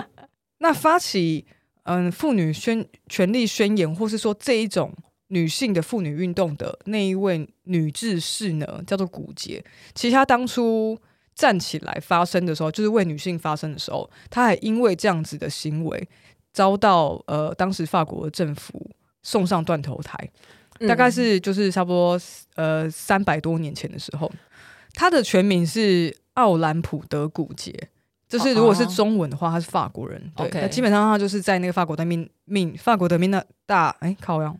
Speaker 2: 那发起嗯妇女宣权利宣言，或是说这一种女性的妇女运动的那一位女志士呢，叫做古杰。其实她当初站起来发声的时候，就是为女性发声的时候，她还因为这样子的行为，遭到呃当时法国的政府送上断头台。
Speaker 1: 嗯
Speaker 2: 大概是就是差不多呃三百多年前的时候，他的全名是奥兰普德古杰，就是如果是
Speaker 1: 哦哦
Speaker 2: 中文的话，他是法国人。对，
Speaker 1: OK
Speaker 2: 那基本上他就是在那个法国的命命法国的命那大哎靠呀，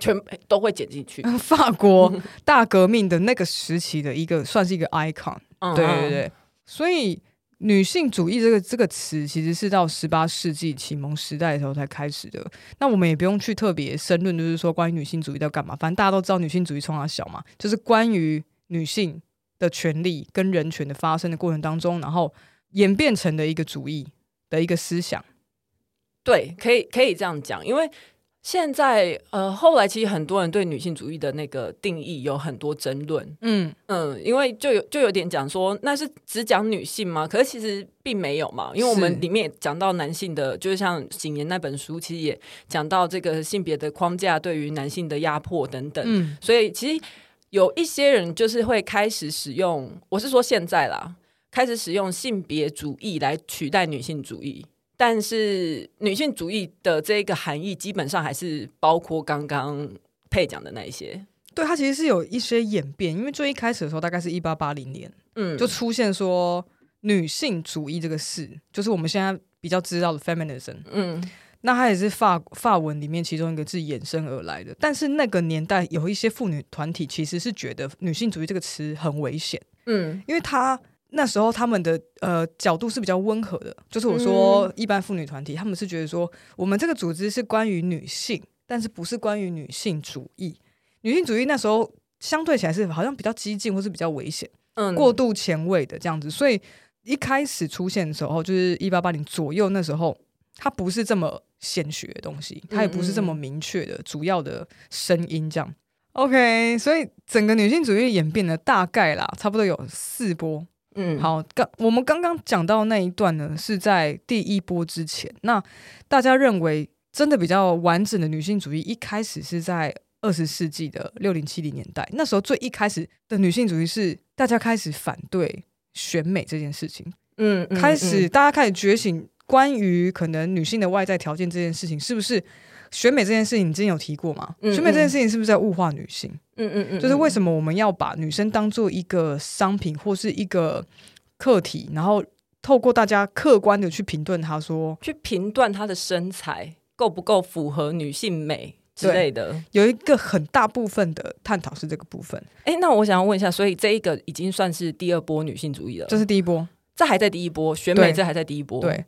Speaker 1: 全都会剪进去。
Speaker 2: 法国大革命的那个时期的一个算是一个 icon。
Speaker 1: 嗯
Speaker 2: 对对，对，所以女性主义这个这个词其实是到十八世纪启蒙时代的时候才开始的。那我们也不用去特别申论，就是说关于女性主义在干嘛，反正大家都知道女性主义从哪小嘛，就是关于女性的权利跟人权的发生的过程当中，然后演变成的一个主义的一个思想。
Speaker 1: 对，可以可以这样讲，因为现在呃，后来其实很多人对女性主义的那个定义有很多争论，
Speaker 2: 嗯，
Speaker 1: 嗯，因为就有就有点讲说，那是只讲女性吗？可是其实并没有嘛，因为我
Speaker 2: 是
Speaker 1: 们里面也讲到男性的，就是像景言那本书，其实也讲到这个性别的框架对于男性的压迫等等，
Speaker 2: 嗯，
Speaker 1: 所以其实有一些人就是会开始使用，我是说现在啦，开始使用性别主义来取代女性主义。但是女性主义的这个含义，基本上还是包括刚刚佩讲的那一些。
Speaker 2: 对，它其实是有一些演变，因为最一开始的时候大概是一八八零年。
Speaker 1: 嗯，
Speaker 2: 就出现说女性主义这个事，就是我们现在比较知道的 feminism。
Speaker 1: 嗯，
Speaker 2: 那它也是法法文里面其中一个字衍生而来的。但是那个年代有一些妇女团体其实是觉得女性主义这个词很危险，
Speaker 1: 嗯
Speaker 2: 因为它那时候他们的呃角度是比较温和的，就是我说一般妇女团体，他们是觉得说我们这个组织是关于女性，但是不是关于女性主义。女性主义那时候相对起来是好像比较激进或是比较危险。
Speaker 1: 嗯，
Speaker 2: 过度前卫的这样子，所以一开始出现的时候，就是一八八零左右那时候，它不是这么显学的东西，它也不是这么明确的主要的声音这样。OK，所以整个女性主义演变呢，大概啦，差不多有四波。
Speaker 1: 嗯，
Speaker 2: 好，刚我们刚刚讲到那一段呢，是在第一波之前。那大家认为真的比较完整的女性主义，一开始是在二十世纪的六零七零年代，那时候最一开始的女性主义是大家开始反对选美这件事情，
Speaker 1: 嗯，嗯
Speaker 2: 开始
Speaker 1: 嗯
Speaker 2: 大家开始觉醒，关于可能女性的外在条件这件事情，是不是选美这件事情，你之前有提过吗？
Speaker 1: 嗯
Speaker 2: 选美这件
Speaker 1: 嗯
Speaker 2: 事情是不是在物化女性？
Speaker 1: 嗯嗯嗯，
Speaker 2: 就是为
Speaker 1: 么
Speaker 2: 什么我们要把女生当做一个商品或是一个课题，然后透过大家客观的去评论她说，
Speaker 1: 去评断她的身材够不够符合女性美之
Speaker 2: 对
Speaker 1: 类的？
Speaker 2: 有一个很大部分的探讨是这个部分，
Speaker 1: 哎，那我想要问一下，所以这一个已经算是第二波女性主义了，
Speaker 2: 这是第一波，
Speaker 1: 这还在第一波，选美
Speaker 2: 对
Speaker 1: 这还在第一波，
Speaker 2: 对。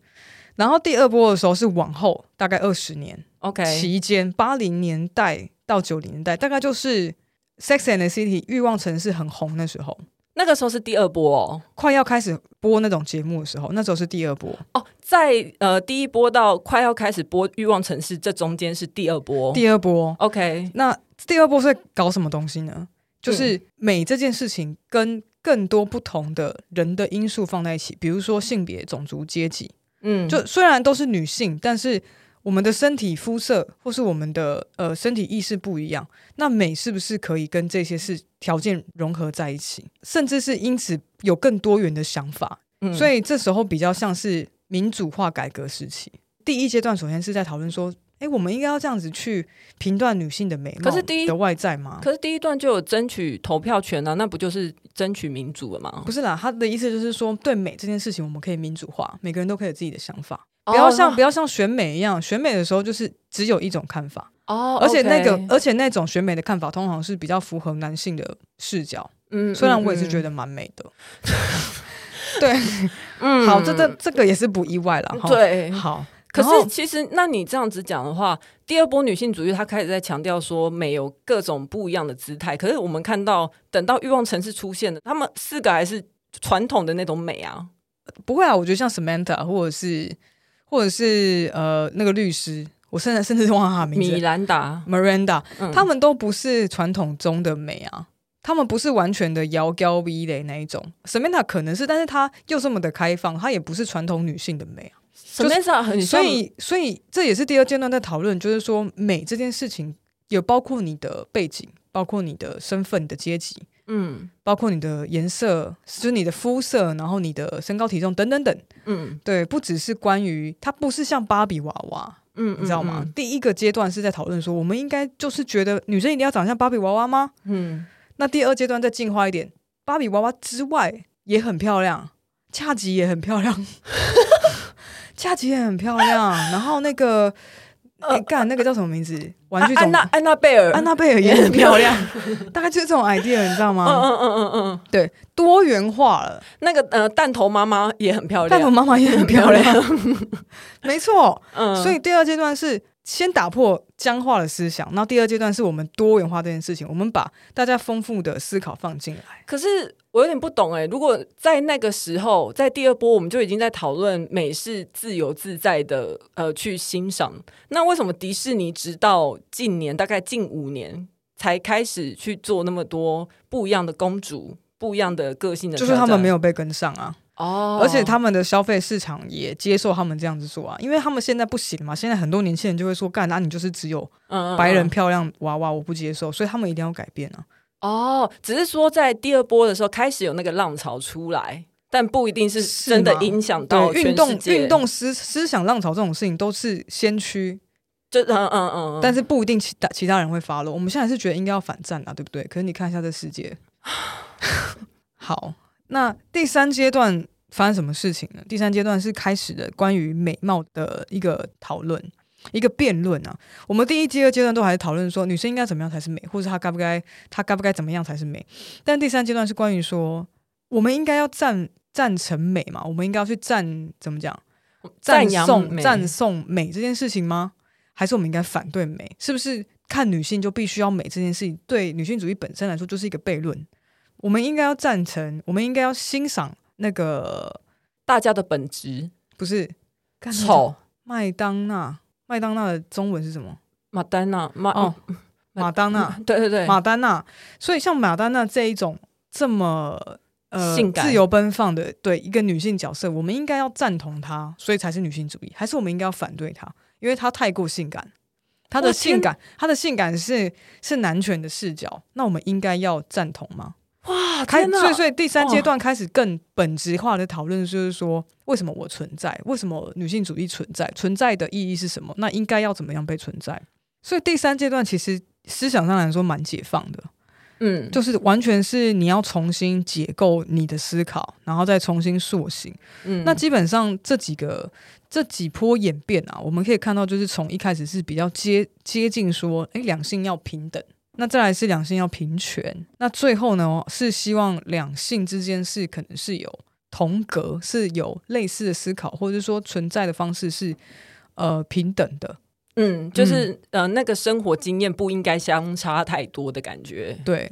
Speaker 2: 然后第二波的时候是往后大概二十年
Speaker 1: ，OK，
Speaker 2: 期间，八零年代到九零年代，大概就是《Sex and the City》欲望城市很红的时候，
Speaker 1: 那个时候是第二波哦，
Speaker 2: 快要开始播那种节目的时候，那时候是第二波，
Speaker 1: 哦，在呃第一波到快要开始播《欲望城市》，这中间是第二波。
Speaker 2: 第二波
Speaker 1: OK，
Speaker 2: 那第二波是在搞什么东西呢？就是美这件事情跟更多不同的人的因素放在一起，比如说性别、种族、阶级。
Speaker 1: 嗯，
Speaker 2: 就虽然都是女性，但是我们的身体肤色或是我们的呃身体意识不一样，那美是不是可以跟这些事条件融合在一起？甚至是因此有更多元的想法，
Speaker 1: 嗯
Speaker 2: 所以这时候比较像是民主化改革时期。第一阶段首先是在讨论说，哎，我们应该要这样子去评断女性的美貌
Speaker 1: 可是第一
Speaker 2: 的外在吗？
Speaker 1: 可是第一段就有争取投票权啊，那不就是争取民主了吗
Speaker 2: 不？是啦，他的意思就是说，对美这件事情，我们可以民主化，每个人都可以有自己的想法，
Speaker 1: 哦
Speaker 2: 不要像、不
Speaker 1: 要
Speaker 2: 要像选美一样，选美的时候就是只有一种看法，
Speaker 1: 哦，
Speaker 2: 而且那个呃
Speaker 1: OK
Speaker 2: 而且那种选美的看法，通常是比较符合男性的视角。
Speaker 1: 嗯
Speaker 2: 虽然我也是觉，得蛮美的，对，好，这这这个也是不意外了哈。，
Speaker 1: 嗯对。
Speaker 2: 好，
Speaker 1: 可
Speaker 2: 然后
Speaker 1: 是其实，那你这样子讲的话，第二波女性主义她开始在强调说美有各种不一样的姿态。可是我们看到，等到欲望城市出现了，他们四个还是传统的那种美啊。
Speaker 2: 不会啊，我觉得像 Samantha 或者是或者是呃那个律师，我甚至 *laughs* 甚至忘了他的名
Speaker 1: 米
Speaker 2: 字
Speaker 1: 兰达，
Speaker 2: Miranda，
Speaker 1: 嗯
Speaker 2: 他们都不是传统中的美啊，他们不是完全的摇高 V 的那一种。Samantha 可能是，但是她又这么的开放，她也不是传统女性的美啊。
Speaker 1: 什么意思啊？很
Speaker 2: 所
Speaker 1: 像
Speaker 2: 以，所以这也是第二阶段在讨论，就是说美这件事情，也包括你的背景，包括你的身份、你的阶级，
Speaker 1: 嗯
Speaker 2: 包括你的颜色，就是你的肤色，然后你的身高体重等等等。
Speaker 1: 嗯
Speaker 2: 对，不只是关于它，不是像芭比娃娃，
Speaker 1: 嗯，
Speaker 2: 你知道吗？
Speaker 1: 嗯？
Speaker 2: 第一个阶段是在讨论说，我们应该就是觉得女生一定要长像芭比娃娃吗？
Speaker 1: 嗯，
Speaker 2: 那第二阶段再进化一点，芭比娃娃之外也很漂亮，恰吉也很漂亮， *laughs* 恰吉也很漂亮。然后那个，
Speaker 1: *laughs*
Speaker 2: 哎、干那个叫什么名字？玩具
Speaker 1: 安
Speaker 2: 总
Speaker 1: 娜安娜贝尔，
Speaker 2: 安娜贝尔也很漂亮，大概就是这种 idea，你知道
Speaker 1: 嗯
Speaker 2: 吗？
Speaker 1: 嗯嗯嗯嗯，
Speaker 2: 对，多元化了。
Speaker 1: 那个呃弹头妈妈也很漂
Speaker 2: 但我
Speaker 1: 亮，
Speaker 2: 妈妈也很漂亮，没错。
Speaker 1: 嗯，
Speaker 2: 所以第二阶段是先打破僵化的思想，然后第二阶段是我们多元化这件事情，我们把大家丰富的思考放进来。
Speaker 1: 可是我有点不懂哎、如果在那个时候，在第二波我们就已经在讨论美是自由自在的呃去欣赏，那为什么迪士尼直到近年大概近五年才开始去做那么多不一样的公主、不一样的个性的挑
Speaker 2: 就
Speaker 1: 战？
Speaker 2: 是他们没有被跟上啊，
Speaker 1: 哦，
Speaker 2: 而且他们的消费市场也接受他们这样子做啊，因为他们现在不行嘛，现在很多年轻人就会说，干，那、啊你就是只有
Speaker 1: 嗯嗯
Speaker 2: 白人
Speaker 1: 嗯
Speaker 2: 漂亮娃娃，我不接受，所以他们一定要改变啊。
Speaker 1: 哦，只是说在第二波的时候开始有那个浪潮出来，但不一定是
Speaker 2: 是
Speaker 1: 真的
Speaker 2: 吗
Speaker 1: 影响到
Speaker 2: 对，
Speaker 1: 全
Speaker 2: 运动
Speaker 1: 世界
Speaker 2: 运动思思想浪潮这种事情都是先驱，
Speaker 1: 就嗯嗯嗯，
Speaker 2: 但
Speaker 1: 是
Speaker 2: 是不一定其他其他人会发落。我们现在是觉得应该要反战啊，对不对？可是你看一下这世界，好，那第三阶段发生什么事情呢？第三阶段是开始的关于美貌的一个讨论。一个辩论啊，我们第一、第二阶段都还是讨论说女生应该怎么样才是美，或者她该不该她该不该怎么样才是美。但第三阶段是关于说，我们应该要赞赞成美嘛，我们应该要去赞怎么讲？
Speaker 1: 赞
Speaker 2: 赞
Speaker 1: 扬
Speaker 2: 颂
Speaker 1: 美
Speaker 2: 赞颂美这件事情吗？还是我们应该反对美？是不是看女性就必须要美这件事情，对女性主义本身来说就是一个悖论？我们应该要赞成，我们应该要欣赏那个
Speaker 1: 大家的本质
Speaker 2: 不是干那个叫
Speaker 1: 丑。
Speaker 2: 麦当娜，麦当娜的中文是什么？
Speaker 1: 马丹娜，马
Speaker 2: 哦，马当娜，
Speaker 1: 嗯对对对，
Speaker 2: 马丹娜。所以像马丹娜这一种这么呃
Speaker 1: 性感
Speaker 2: 自由奔放的对一个女性角色，我们应该要赞同她，所以才是女性主义，还是我们应该要反对她，因为她太过性感，他
Speaker 1: 我
Speaker 2: 的
Speaker 1: 天
Speaker 2: 性感，他的性感是是男权的视角，那我们应该要赞同吗？
Speaker 1: 哇，
Speaker 2: 开，
Speaker 1: 天哪
Speaker 2: 所以所以第三阶
Speaker 1: 哦
Speaker 2: 段开始更本质化的讨论，就是说为什么我存在，为什么女性主义存在，存在的意义是什么？那应该要怎么样被存在？所以第三阶段其实思想上来说蛮解放的，
Speaker 1: 嗯，
Speaker 2: 就是完全是你要重新解构你的思考，然后再重新塑形。
Speaker 1: 嗯
Speaker 2: 那基本上这几个这几波演变啊，我们可以看到，就是从一开始是比较接接近说，诶，两性要平等，那再来是两性要平权，那最后呢是希望两性之间是可能是有同格，是有类似的思考，或者是说存在的方式是呃平等的。
Speaker 1: 嗯，就是、呃，那个生活经验不应该相差太多的感觉。
Speaker 2: 对，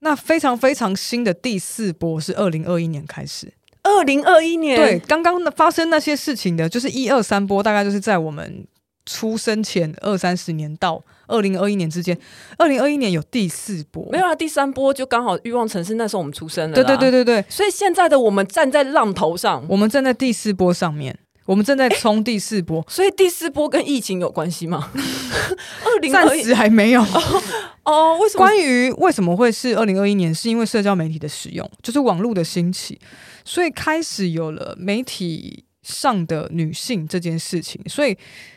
Speaker 2: 那非常非常新的第四波是二零二一年开始，
Speaker 1: 二零二一年，
Speaker 2: 对，，刚刚那发生那些事情的，就是一二三波，大概就是在我们出生前二三十年到二零二一年之间，二零二一年有第四波，
Speaker 1: 没有啊，第三波就刚好欲望城市那时候我们出生了，
Speaker 2: 对对对，对对，
Speaker 1: 所以现在的我们站在浪头上，
Speaker 2: 我们站在第四波上面，我们正在冲第四波，
Speaker 1: 所以第四波跟疫情有关系吗？ *laughs* 二零
Speaker 2: 暂
Speaker 1: 二一
Speaker 2: 时还没有。
Speaker 1: 哦，为什么？
Speaker 2: 关于为什么会是二零二一年，是因为社交媒体的使用，就是网络的兴起，所以开始有了媒体上的女性这件事情。所以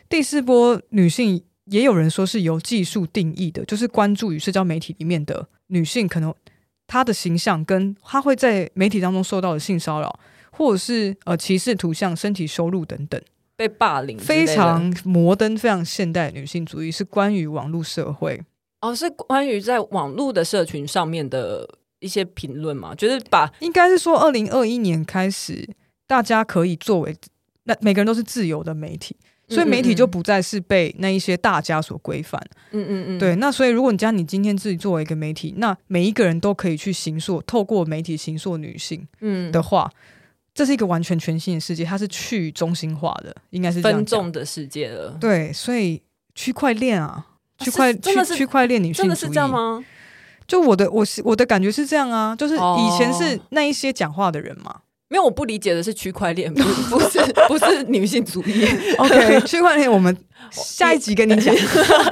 Speaker 2: 第四波女性也有人说是由技术定义的，就是关注于社交媒体里面的女性，可能她的形象跟她会在媒体当中受到的性骚扰。或者是呃歧视图像、身体收入等等，
Speaker 1: 被霸凌之类
Speaker 2: 非
Speaker 1: 的，
Speaker 2: 常摩登、非常现代的女性主义是关于网络社会
Speaker 1: 哦，是关于在网络的社群上面的一些评论嘛，就是把
Speaker 2: 应该是说，二零二一年开始，大家可以作为那每个人都是自由的媒体，所以媒体就不再是被那一些大家所规范。
Speaker 1: 嗯嗯嗯，
Speaker 2: 对，那所以如果你将你今天自己作为一个媒体，那每一个人都可以去行塑，透过媒体行塑女性
Speaker 1: 嗯
Speaker 2: 的话，这是一个完全全新的世界，它是去中心化的，应该是这样
Speaker 1: 分
Speaker 2: 讲。
Speaker 1: 众的世界了，
Speaker 2: 对，所以区块链啊。
Speaker 1: 啊
Speaker 2: 区块
Speaker 1: 是真的
Speaker 2: 区
Speaker 1: 是
Speaker 2: 区块链女性
Speaker 1: 真
Speaker 2: 主义
Speaker 1: 的是这样吗？
Speaker 2: 就我的我是我的感觉是这样啊，就是以前是
Speaker 1: 哦
Speaker 2: 那一些讲话的人嘛，
Speaker 1: 没有，我不理解的是区块 *laughs* 链，不不是不是女性主 *laughs* 义，
Speaker 2: OK，区 *laughs* 块链我呃们下一集跟你讲。 *laughs*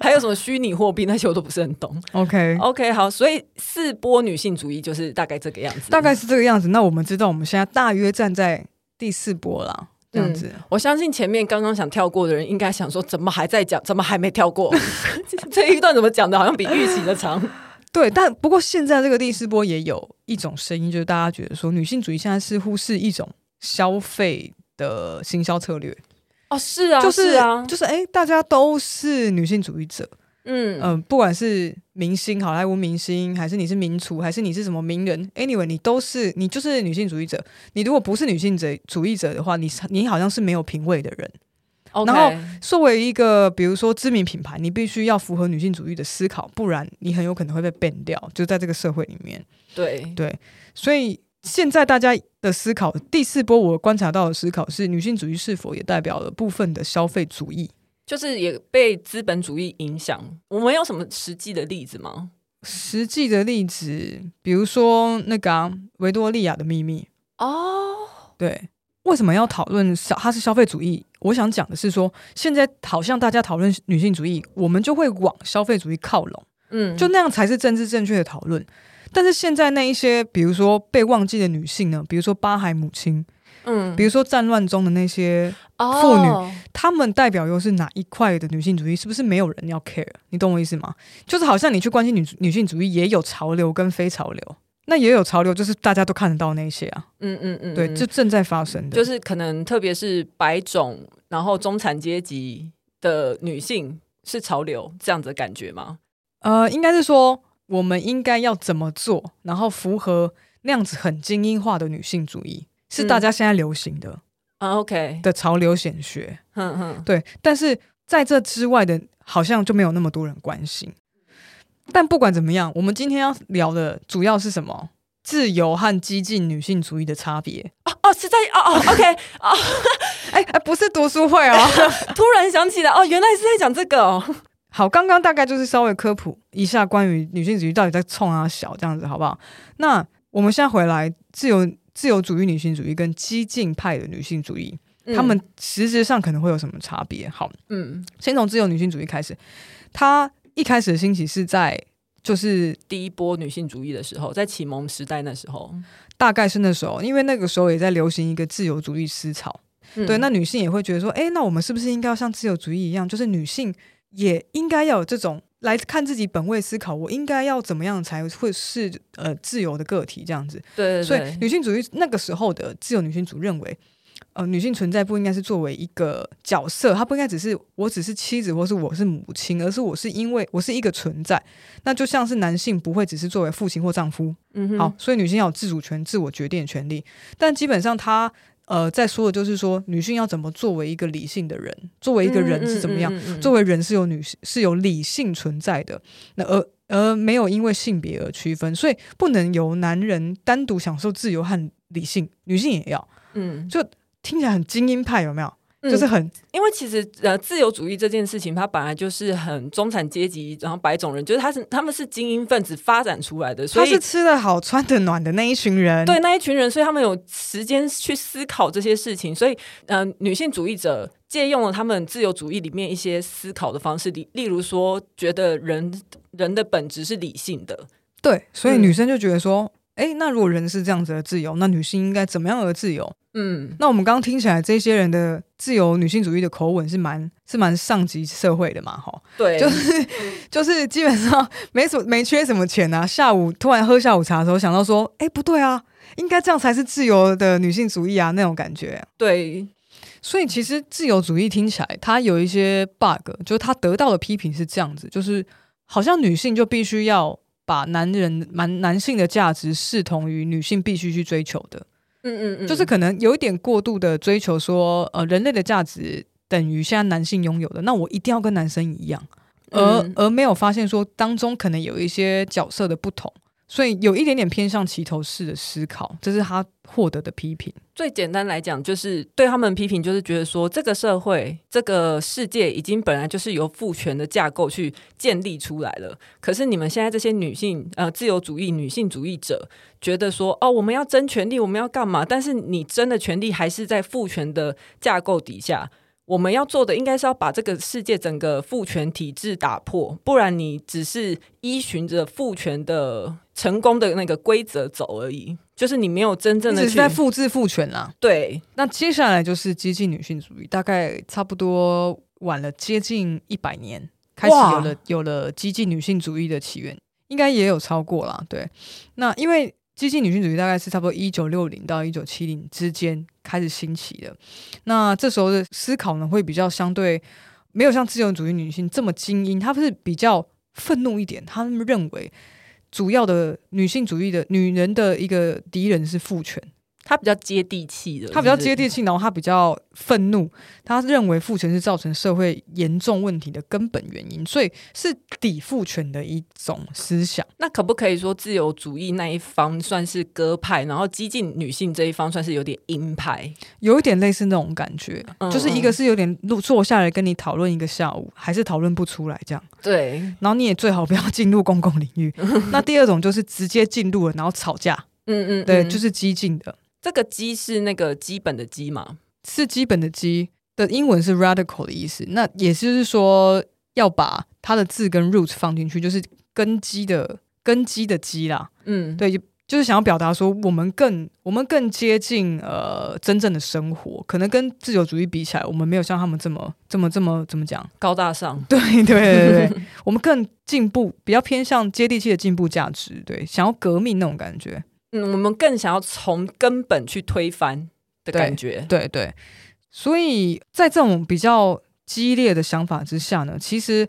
Speaker 1: 还有什么虚拟货币那些我都不是很懂。
Speaker 2: OK，
Speaker 1: OK，好，所以四波女性主义就是大概这个样子，
Speaker 2: 大概是这个样子。那我们知道我们现在大约站在第四波啦，这样子。
Speaker 1: 我相信前面刚刚想跳过的人，应该想说怎么还在讲，怎么还没跳 *laughs* 过？这一段怎么讲的，好像比预期的长。
Speaker 2: 对，但不过现在这个第四波也有一种声音，就是大家觉得说女性主义现在似乎是一种消费的行销策略，
Speaker 1: *laughs* 哦，是啊，
Speaker 2: 就是
Speaker 1: 啊，
Speaker 2: 就是哎、大家都是女性主义者，
Speaker 1: 嗯
Speaker 2: *laughs* 嗯、不管是明星、好莱坞明星，还是你是名厨，还是你是什么名人，anyway，你都是你就是女性主义者。你如果不是女性者主义者的话，你是你好像是没有品味的人。
Speaker 1: ，OK，
Speaker 2: 然后作为一个比如说知名品牌，你必须要符合女性主义的思考，不然你很有可能会被 ban 掉，就在这个社会里面。
Speaker 1: 对，
Speaker 2: 对，所以现在大家的思考，第四波我观察到的思考是，女性主义是否也代表了部分的消费主义？
Speaker 1: 就是也被资本主义影响。我们有什么实际的例子吗？
Speaker 2: 实际的例子，比如说那个啊维、多利亚的秘密，
Speaker 1: 哦，
Speaker 2: 对。为什么要讨论消？它是消费主义。我想讲的是说，现在好像大家讨论女性主义，我们就会往消费主义靠拢。
Speaker 1: 嗯，
Speaker 2: 就那样才是政治正确的讨论。但是现在那一些，比如说被忘记的女性呢，比如说巴海母亲，
Speaker 1: 嗯
Speaker 2: 比如说战乱中的那些，妇女
Speaker 1: 哦，
Speaker 2: 她们代表又是哪一块的女性主义？是不是没有人要 care？你懂我意思吗？就是好像你去关心女女性主义，也有潮流跟非潮流，那也有潮流，就是大家都看得到那些啊，
Speaker 1: 嗯嗯嗯，
Speaker 2: 对，
Speaker 1: 嗯
Speaker 2: 就正在发生的，
Speaker 1: 就是可能特别是白种，然后中产阶级的女性是潮流这样子的感觉吗？
Speaker 2: 呃，应该是说我们应该要怎么做，然后符合那样子很精英化的女性主义，是大
Speaker 1: 嗯
Speaker 2: 家现在流行的、
Speaker 1: 啊，OK，
Speaker 2: 的潮流显学。
Speaker 1: 哼哼，
Speaker 2: 对，但是在这之外的，好像就没有那么多人关心。但不管怎么样，我们今天要聊的主要是什么？自由和激进女性主义的差别。
Speaker 1: 哦哦，是在哦哦，OK，
Speaker 2: *laughs* 哎、哎，不是读书会哦。 *laughs*
Speaker 1: 突然想起来，哦，原来是在讲这个哦。
Speaker 2: 好，刚刚大概就是稍微科普一下关于女性主义到底在冲啊小这样子，好不好？那我们现在回来，自由自由主义女性主义跟激进派的女性主义， *laughs* 他们实质上可能会有什么差别？好，
Speaker 1: 嗯
Speaker 2: 先从自由女性主义开始，它一开始的兴起是在就是
Speaker 1: 第一波女性主义的时候，在启蒙时代那时候，
Speaker 2: 大概是那时候，因为那个时候也在流行一个自由主义思潮，
Speaker 1: 嗯
Speaker 2: 对，那女性也会觉得说，哎、那我们是不是应该要像自由主义一样，就是女性也应该要有这种来看自己本位思考，我应该要怎么样才会是呃自由的个体这样子。
Speaker 1: 对
Speaker 2: 所
Speaker 1: 对
Speaker 2: 以
Speaker 1: 对，
Speaker 2: 女性主义那个时候的自由女性主义认为，呃，女性存在不应该是作为一个角色，她不应该只是我只是妻子或是我是母亲，而是我是因为我是一个存在。那就像是男性不会只是作为父亲或丈夫，
Speaker 1: 嗯哼
Speaker 2: 好，，所以女性要有自主权、自我决定的权利。但基本上她，呃在说的就是说，女性要怎么作为一个理性的人，作为一个人是怎么样？
Speaker 1: 嗯，嗯嗯嗯
Speaker 2: 作为人是有女性是有理性存在的，那而而没有因为性别而区分，所以不能由男人单独享受自由和理性，女性也要。
Speaker 1: 嗯，
Speaker 2: 听起来很精英派，有没有？
Speaker 1: 嗯
Speaker 2: 就是很
Speaker 1: 因为其实呃，自由主义这件事情，它本来就是很中产阶级，然后白种人，就是他是他们是精英分子发展出来的，所
Speaker 2: 他
Speaker 1: 以
Speaker 2: 是吃得好、穿得暖的那一群人。
Speaker 1: 对那一群人，所以他们有时间去思考这些事情，所以呃，女性主义者借用了他们自由主义里面一些思考的方式，例例如说，觉得人人的本质是理性的，
Speaker 2: 对，所以
Speaker 1: 嗯
Speaker 2: 女生就觉得说，诶，那如果人是这样子的自由，那女性应该怎么样而自由？
Speaker 1: 嗯
Speaker 2: 那我们刚刚听起来，这些人的自由女性主义的口吻是蛮是蛮上级社会的嘛，哈，
Speaker 1: 对，
Speaker 2: 就是就是基本上没什么没缺什么钱啊。 *laughs* 下午突然喝下午茶的时候，想到说，哎，不对啊，应该这样才是自由的女性主义啊，那种感觉。
Speaker 1: 对，
Speaker 2: 所以其实自由主义听起来，它有一些 bug，就是它得到的批评是这样子，就是好像女性就必须要把男人蛮男性的价值视同于女性必须去追求的。
Speaker 1: 嗯嗯嗯，
Speaker 2: 就是可能有一点过度的追求说，呃，人类的价值等于现在男性拥有的，那我一定要跟男生一样，而、
Speaker 1: 嗯
Speaker 2: 而没有发现说当中可能有一些角色的不同，所以有一点点偏向齐头式的思考，这是他获得的批评。
Speaker 1: 最简单来讲，就是对他们批评，就是觉得说这个社会、这个世界已经本来就是由父权的架构去建立出来了。可是你们现在这些女性，呃，自由主义女性主义者，觉得说哦，我们要争权利，我们要干嘛？但是你争的权利还是在父权的架构底下。我们要做的应该是要把这个世界整个父权体制打破，不然你只是依循着父权的成功的那个规则走而已，就是你没有真正
Speaker 2: 你
Speaker 1: 的
Speaker 2: 只
Speaker 1: 去
Speaker 2: 是在复制父权啦。
Speaker 1: 对
Speaker 2: 那接下来就是激进女性主义，大概差不多晚了接近一百年，开始
Speaker 1: 哇
Speaker 2: 有了有了激进女性主义的起源，应该也有超过啦。对，那因为激进女性主义大概是差不多一九六零到一九七零之间开始兴起的，那这时候的思考呢会比较相对没有像自由主义女性这么精英，她是比较愤怒一点，她们认为。主要的女性主义的女人的一个敌人是父权，
Speaker 1: 他比较接地气的，
Speaker 2: 他比较
Speaker 1: 是不是
Speaker 2: 接地，气，然后他比较愤怒，他认为父权是造成社会严重问题的根本原因，所以是抵父权的一种思想。
Speaker 1: 那可不可以说自由主义那一方算是鸽派，然后激进女性这一方算是有点鹰派？
Speaker 2: 有一点类似那种感觉，
Speaker 1: 嗯
Speaker 2: 就是一个是有点录坐下来跟你讨论一个下午，还是讨论不出来这样，
Speaker 1: 对，
Speaker 2: 然后你也最好不要 *laughs* 进入公共领域。那第二种就是直接进入了，然后吵架，
Speaker 1: 嗯嗯，
Speaker 2: 对，
Speaker 1: 嗯
Speaker 2: 就是激进的，
Speaker 1: 这个鸡是那个基本的鸡嘛，
Speaker 2: 是基本的基的英文是 radical 的意思，那也就是说要把它的字跟 root 放进去，就是根基的根基的基啦。
Speaker 1: 嗯，
Speaker 2: 对，就是想要表达说，我们更我们更接近呃真正的生活，可能跟自由主义比起来，我们没有像他们这么这么这么怎么讲？ *laughs*
Speaker 1: 高大上，
Speaker 2: 对对对对对，我们更进步，比较偏向接地气的进步价值，对，想要革命那种感觉。
Speaker 1: 嗯，我们更想要从根本去推翻的
Speaker 2: 对
Speaker 1: 感觉，
Speaker 2: 对对，所以在这种比较激烈的想法之下呢，其实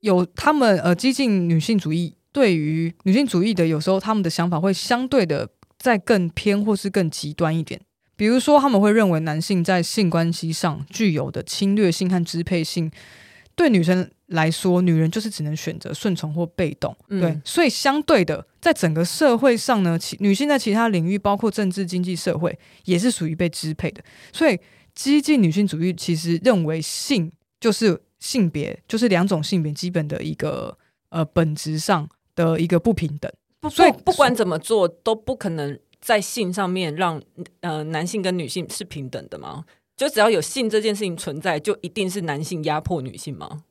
Speaker 2: 有他们呃激进女性主义对于女性主义的有时候他们的想法会相对的再更偏或是更极端一点。比如说，他们会认为男性在性关系上具有的侵略性和支配性，对女生来说，女人就是只能选择顺从或被动。
Speaker 1: 嗯
Speaker 2: 对，所以相对的，在整个社会上呢，其女性在其他领域，包括政治、经济、社会，也是属于被支配的。所以，激进女性主义其实认为性就是性别，就是两种性别基本的一个呃本质上的一个不平等。
Speaker 1: 不
Speaker 2: 所以
Speaker 1: 不不管怎么做都不可能在性上面让呃男性跟女性是平等的嘛。就只要有性这件事情存在，就一定是男性压迫女性吗？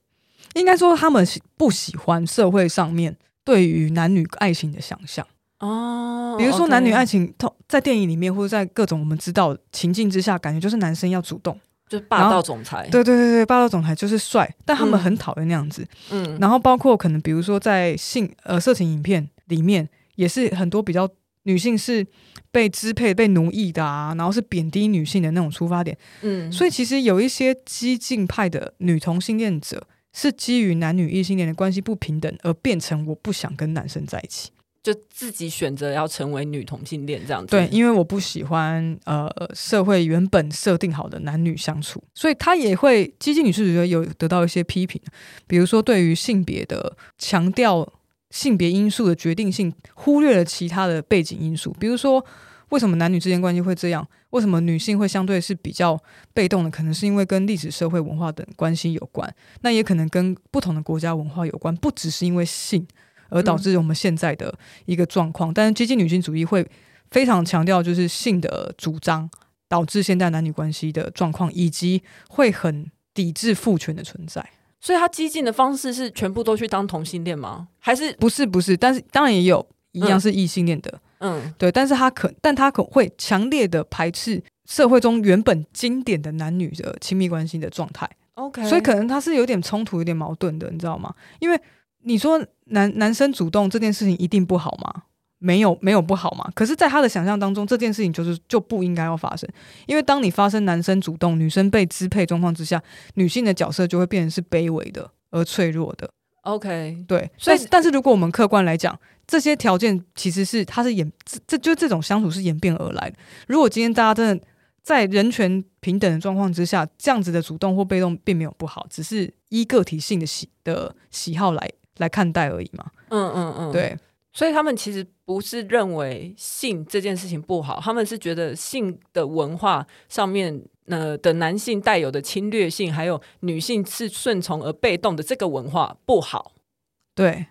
Speaker 2: 应该说他们喜不喜欢社会上面对于男女爱情的想象。
Speaker 1: 哦
Speaker 2: 比如说男女爱
Speaker 1: 情
Speaker 2: 情，通在电影里面或者在各种我们知道的情境之下，感觉就是男生要主动，
Speaker 1: 就是霸道总裁，，
Speaker 2: 对对对对，霸道总裁就是帅，但他
Speaker 1: 嗯
Speaker 2: 们很讨厌那样子。
Speaker 1: 嗯，
Speaker 2: 然后包括可能比如说在性呃色情影片里面，也是很多比较女性是被支配、被奴役的啊，然后是贬低女性的那种出发点。
Speaker 1: 嗯，
Speaker 2: 所以其实有一些激进派的女同性恋者。是基于男女异性恋的关系不平等而变成我不想跟男生在一起，
Speaker 1: 就自己选择要成为女同性恋这样子，
Speaker 2: 对，因为我不喜欢呃社会原本设定好的男女相处，所以他也会激进女性主义有得到一些批评，比如说对于性别的强调性别因素的决定性，忽略了其他的背景因素，比如说。为什么男女之间关系会这样？为什么女性会相对是比较被动的？可能是因为跟历史、社会、文化等关系有关，那也可能跟不同的国家文化有关，不只是因为性而导致我们现在的一个状况。但是激进女性主义会非常强调就是性的主张，导致现代男女关系的状况，以及会很抵制父权的存在。
Speaker 1: 所以他激进的方式是全部都去当同性恋吗？还是
Speaker 2: 不是不是，但是当然也有一样是异性恋的，
Speaker 1: 嗯
Speaker 2: 对，但是他可但他可会强烈的排斥社会中原本经典的男女的亲密关系的状态，
Speaker 1: ，OK，
Speaker 2: 所以可能他是有点冲突、有点矛盾的，你知道吗？因为你说男男生主动这件事情一定不好吗？没有没有不好嘛，可是，在他的想象当中，这件事情就是就不应该要发生，因为当你发生男生主动、女生被支配状况之下，女性的角色就会变成是卑微的而脆弱的。
Speaker 1: OK，
Speaker 2: 对，
Speaker 1: 所
Speaker 2: 所
Speaker 1: 以
Speaker 2: 以但是如果我们客观来讲，这些条件其实是它是演这这就这种相处是演变而来的。如果今天大家真的在人权平等的状况之下，这样子的主动或被动并没有不好，只是依个体性的喜的喜好来来看待而已嘛。
Speaker 1: 嗯嗯嗯，，
Speaker 2: 对，
Speaker 1: 所以他们其实不是认为性这件事情不好，他们是觉得性的文化上面。呃的男性带有的侵略性，还有女性是顺从而被动的这个文化不好， *laughs*
Speaker 2: 对，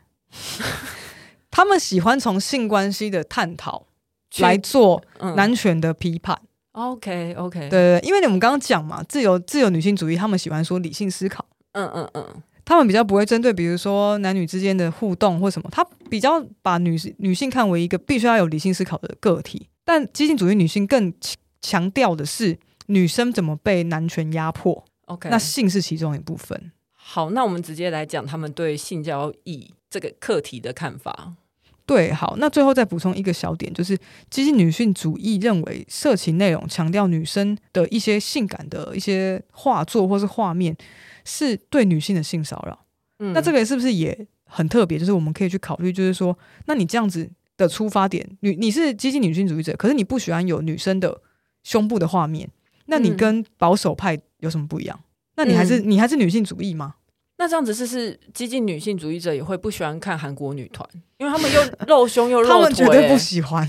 Speaker 2: 他们喜欢从性关系的探讨
Speaker 1: 去
Speaker 2: 来做
Speaker 1: 嗯
Speaker 2: 男权的批判。
Speaker 1: OK OK，，
Speaker 2: 对对对，因为我们刚刚讲嘛，自由自由女性主义，他们喜欢说理性思考。
Speaker 1: 嗯嗯嗯，
Speaker 2: 他们比较不会针对，比如说男女之间的互动或什么，他比较把女性女性看为一个必须要有理性思考的个体。但激进主义女性更强强调的是女生怎么被男权压迫，
Speaker 1: OK，
Speaker 2: 那性是其中一部分。
Speaker 1: 好，那我们直接来讲他们对性交易这个课题的看法。
Speaker 2: 对，好，那最后再补充一个小点，就是激进女性主义认为色情内容强调女生的一些性感的一些画作或是画面，是对女性的性骚扰。
Speaker 1: 嗯
Speaker 2: 那这
Speaker 1: 个
Speaker 2: 个是不是也很特别？就是我们可以去考虑，就是说，那你这样子的出发点，女你是激进女性主义者，可是你不喜欢有女生的胸部的画面，那你
Speaker 1: 嗯
Speaker 2: 跟保守派有什么不一样？那你还是、你还是女性主义吗？
Speaker 1: 那这样子是是激进女性主义者也会不喜欢看韩国女团，因为他们
Speaker 2: *laughs*
Speaker 1: 又露胸又露腿、
Speaker 2: 他们绝对不喜欢，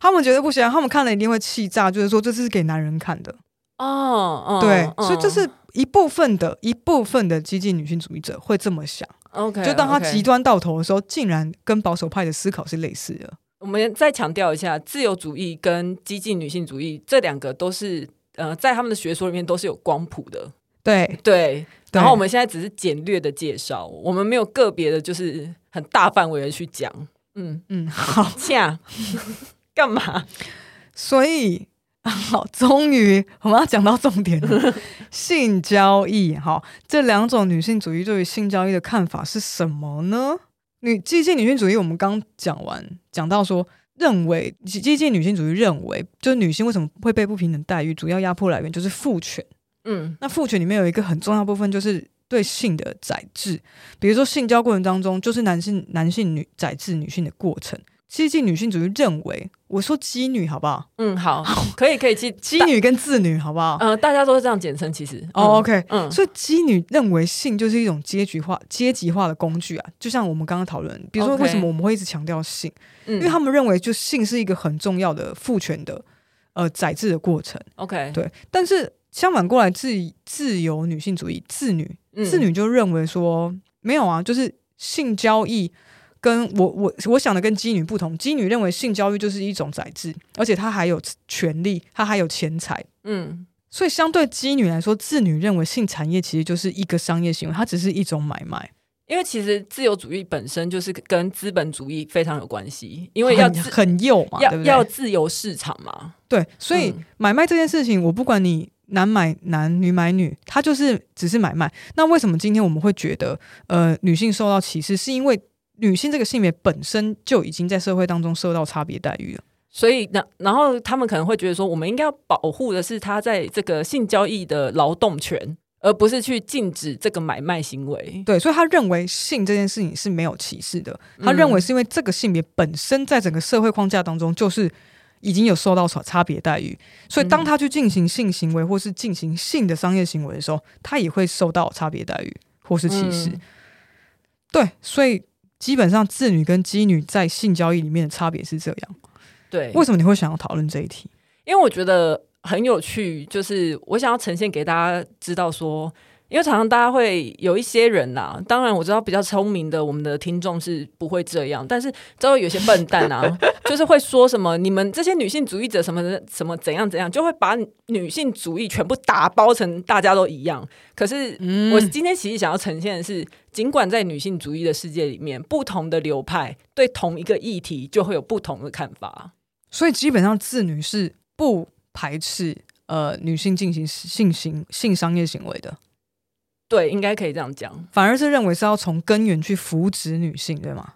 Speaker 2: 他们绝对不喜欢，他们看了一定会气炸，就是说这是给男人看的，
Speaker 1: 哦，嗯
Speaker 2: 对，
Speaker 1: 嗯
Speaker 2: 所以这是一部分的一部分的激进女性主义者会这么想，
Speaker 1: 哦 OK，
Speaker 2: 就当他
Speaker 1: OK
Speaker 2: 极端到头的时候，竟然跟保守派的思考是类似的。
Speaker 1: 我们再强调一下，自由主义跟激进女性主义这两个都是呃，在他们的学说里面都是有光谱的。
Speaker 2: 对，
Speaker 1: 对，
Speaker 2: 对
Speaker 1: 然后我们现在只是简略的介绍，我们没有个别的，就是很大范围的去讲。嗯，
Speaker 2: 嗯，好。
Speaker 1: 恰 *laughs* 干嘛？
Speaker 2: 所以，啊好，终于我们要讲到重点了， *laughs* 性交易。好，这两种女性主义对于性交易的看法是什么呢？女激进女性主义，我们刚讲完，讲到说，认为激激进女性主义认为，就是女性为什么会被不平等待遇，主要压迫来源就是父权。
Speaker 1: 嗯
Speaker 2: 那父权里面有一个很重要部分，就是对性的宰制，比如说性交过程当中，就是男性男性女宰制女性的过程。激进女性主义认为，我说激女好不好？
Speaker 1: 嗯，好，可以可以，其
Speaker 2: *laughs*
Speaker 1: 实
Speaker 2: 妓女跟自女，好不好？
Speaker 1: 呃，大家都是这样简称，其实
Speaker 2: 哦、
Speaker 1: 嗯
Speaker 2: o k
Speaker 1: 嗯
Speaker 2: 所以妓女认为性就是一种阶级化、阶级化的工具啊，就像我们刚刚讨论，比如说
Speaker 1: OK
Speaker 2: 为什么我们会一直强调性
Speaker 1: 嗯，
Speaker 2: 因为他们认为就性是一个很重要的父权的呃宰制的过程，
Speaker 1: OK，
Speaker 2: 对。但是相反过来，自自由女性主义、自女、
Speaker 1: 嗯
Speaker 2: 自女就认为说没有啊，就是性交易跟我我我想的跟妓女不同，妓女认为性交易就是一种宰制，而且她还有权利，她还有钱财。
Speaker 1: 嗯
Speaker 2: 所以相对基女来说，自女认为性产业其实就是一个商业行为，它只是一种买卖，
Speaker 1: 因为其实自由主义本身就是跟资本主义非常有关系，因为要
Speaker 2: 很
Speaker 1: 自
Speaker 2: 很幼嘛，
Speaker 1: 要
Speaker 2: 对不对
Speaker 1: 要自由市场嘛，
Speaker 2: 对，所以
Speaker 1: 嗯
Speaker 2: 买卖这件事情，我不管你男买男、女买女，它就是只是买卖。那为什么今天我们会觉得呃女性受到歧视，是因为女性这个性别本身就已经在社会当中受到差别待遇了？
Speaker 1: 所以，然然后他们可能会觉得说，我们应该要保护的是他在这个性交易的劳动权，而不是去禁止这个买卖行为。
Speaker 2: 对，所以他认为性这件事情是没有歧视的，他
Speaker 1: 嗯
Speaker 2: 认为是因为这个性别本身在整个社会框架当中就是。已经有受到差差别待遇，所以
Speaker 1: 嗯
Speaker 2: 当他去进行性行为或是进行性的商业行为的时候，他也会受到差别待遇或是歧视。
Speaker 1: 嗯
Speaker 2: 对，所以基本上自女跟基女在性交易里面的差别是这样。
Speaker 1: 对，
Speaker 2: 为什么你会想要讨论这一题？
Speaker 1: 因为我觉得很有趣，就是我想要呈现给大家知道说，因为常常大家会有一些人呐、当然我知道比较聪明的我们的听众是不会这样，但是知道有些笨蛋啊，就是会说什么你们这些女性主义者什么的什么怎样怎样，就会把女性主义全部打包成大家都一样。可是
Speaker 2: 嗯
Speaker 1: 我今天其实想要呈现的是，尽管在女性主义的世界里面，不同的流派对同一个议题就会有不同的看法。
Speaker 2: 所以基本上自女是不排斥呃女性进行性行性商业行为的，
Speaker 1: 对，应该可以这样讲。
Speaker 2: 反而是认为是要从根源去扶植女性，对吗？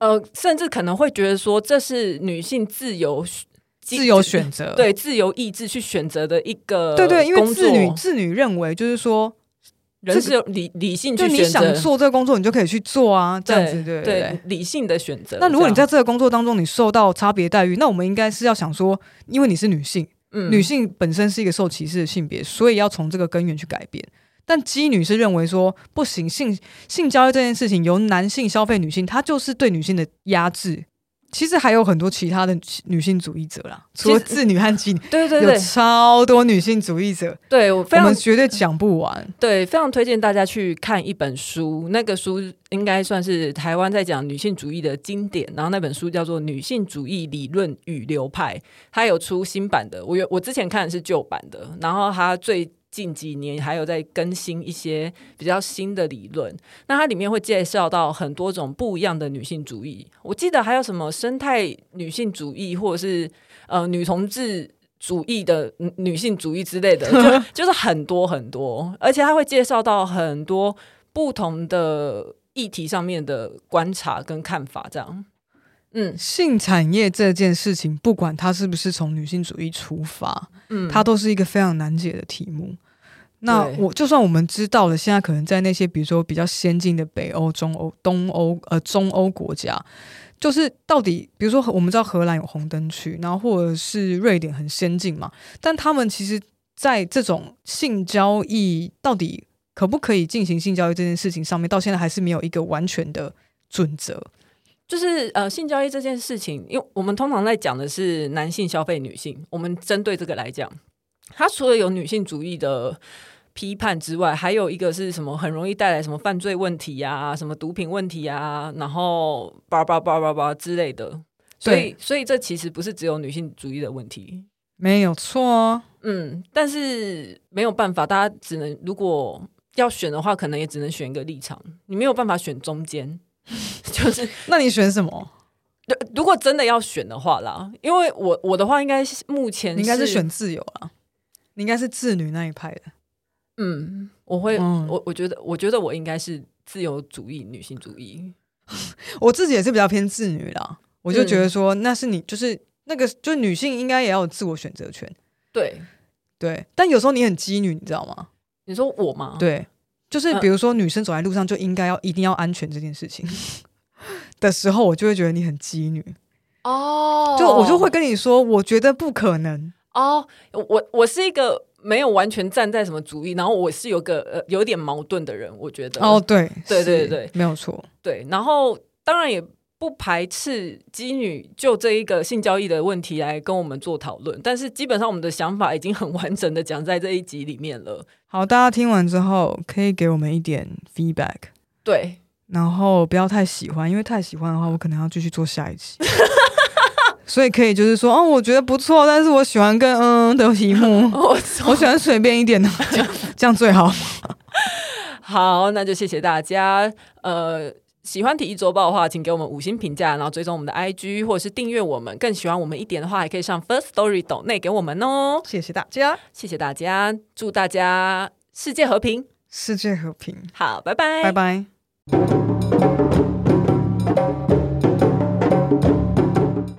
Speaker 1: 呃，甚至可能会觉得说，这是女性自由
Speaker 2: 自由选择，
Speaker 1: 对自由意志去选择的一个
Speaker 2: 对对，因为
Speaker 1: 工作
Speaker 2: 自女自女认为就是说，
Speaker 1: 人是有理理性
Speaker 2: 就
Speaker 1: 去
Speaker 2: 你
Speaker 1: 选择
Speaker 2: 想，做这个工作，你就可以去做啊，这样子对不对
Speaker 1: 对理性的选择。
Speaker 2: 那如果你
Speaker 1: 这
Speaker 2: 在
Speaker 1: 样
Speaker 2: 这个工作当中你受到差别待遇，那我们应该是要想说，因为你是女性，
Speaker 1: 嗯
Speaker 2: 女性本身是一个受歧视的性别，所以要从这个根源去改变。但基女是认为说不行，性性交易这件事情由男性消费女性，它就是对女性的压制。其实还有很多其他的女性主义者啦，除了
Speaker 1: 其实
Speaker 2: 自女和基女，
Speaker 1: 对对
Speaker 2: 有
Speaker 1: 对
Speaker 2: 超多女性主义者，
Speaker 1: 对，我非
Speaker 2: 我
Speaker 1: 常
Speaker 2: 们绝对讲不完。
Speaker 1: 对非常推荐大家去看一本书，那个书应该算是台湾在讲女性主义的经典，然后那本书叫做《女性主义理论与流派》，它有出新版的，我有我之前看的是旧版的，然后它最近几年还有在更新一些比较新的理论。那它里面会介绍到很多种不一样的女性主义，我记得还有什么生态女性主义，或者是呃女同志。主义的嗯女性主义之类的，就就是很多很多，而且它会介绍到很多不同的议题上面的观察跟看法，这样。嗯
Speaker 2: 性产业这件事情，不管它是不是从女性主义出发，
Speaker 1: 嗯，
Speaker 2: 它都是一个非常难解的题目。那
Speaker 1: 对
Speaker 2: 我就算我们知道了，现在可能在那些比如说比较先进的北欧、中欧、东欧呃中欧国家，就是到底比如说我们知道荷兰有红灯区，然后或者是瑞典很先进嘛，但他们其实在这种性交易到底可不可以进行性交易这件事情上面，到现在还是没有一个完全的准则。
Speaker 1: 就是呃，性交易这件事情，因为我们通常在讲的是男性消费女性，我们针对这个来讲，它除了有女性主义的批判之外，还有一个是什么很容易带来什么犯罪问题呀、什么毒品问题呀、然后叭叭叭叭叭之类的。所以，所以这其实不是只有女性主义的问题，
Speaker 2: 没有错哦，
Speaker 1: 嗯，但是没有办法，大家只能如果要选的话，可能也只能选一个立场，你没有办法选中间， *laughs* 就是
Speaker 2: 那你选什么？
Speaker 1: 对，如果真的要选的话啦，因为我我的话应该是目前
Speaker 2: 你应该是选自由啊，你应该是自女那一派的。
Speaker 1: 嗯，我会、
Speaker 2: 嗯
Speaker 1: 我我觉得我觉得我应该是自由主义女性主义，
Speaker 2: 我自己也是比较偏自女啦，我就觉
Speaker 1: 嗯
Speaker 2: 得说，那是你就是那个，就女性应该也要有自我选择权，
Speaker 1: 对，
Speaker 2: 对。但有时候你很激女，你知道吗？
Speaker 1: 你说我吗？，
Speaker 2: 对，就是
Speaker 1: 嗯
Speaker 2: 比如说女生走在路上就应该要一定要安全这件事情的时候，我就会觉得你很激女，
Speaker 1: 哦
Speaker 2: 就我就会跟你说，我觉得不可能。
Speaker 1: 哦，我我是一个没有完全站在什么主义，然后我是有个呃有点矛盾的人，我觉得
Speaker 2: 哦，对，
Speaker 1: 对对
Speaker 2: 是
Speaker 1: 对，
Speaker 2: 没有错。
Speaker 1: 对，然后当然也不排斥基女就这一个性交易的问题来跟我们做讨论，但是基本上我们的想法已经很完整的讲在这一集里面了。
Speaker 2: 好，大家听完之后可以给我们一点 feedback。
Speaker 1: 对，
Speaker 2: 然后不要太喜欢，因为太喜欢的话，我可能要继续做下一集。所以可以就是说，哦，我觉得不错，但是我喜欢跟嗯嗯的题目，
Speaker 1: *laughs* 我
Speaker 2: 我喜欢随便一点的，这样这样最好。
Speaker 1: 好，那就谢谢大家。呃，喜欢体育周报的话，请给我们五星评价，然后追踪我们的 IG 或者是订阅我们。更喜欢我们一点的话，还可以上 First Story 抖内给我们哦。
Speaker 2: 谢谢大家，
Speaker 1: 谢谢大家，祝大家世界和平。
Speaker 2: 世界和平，
Speaker 1: 好，拜拜，
Speaker 2: 拜拜。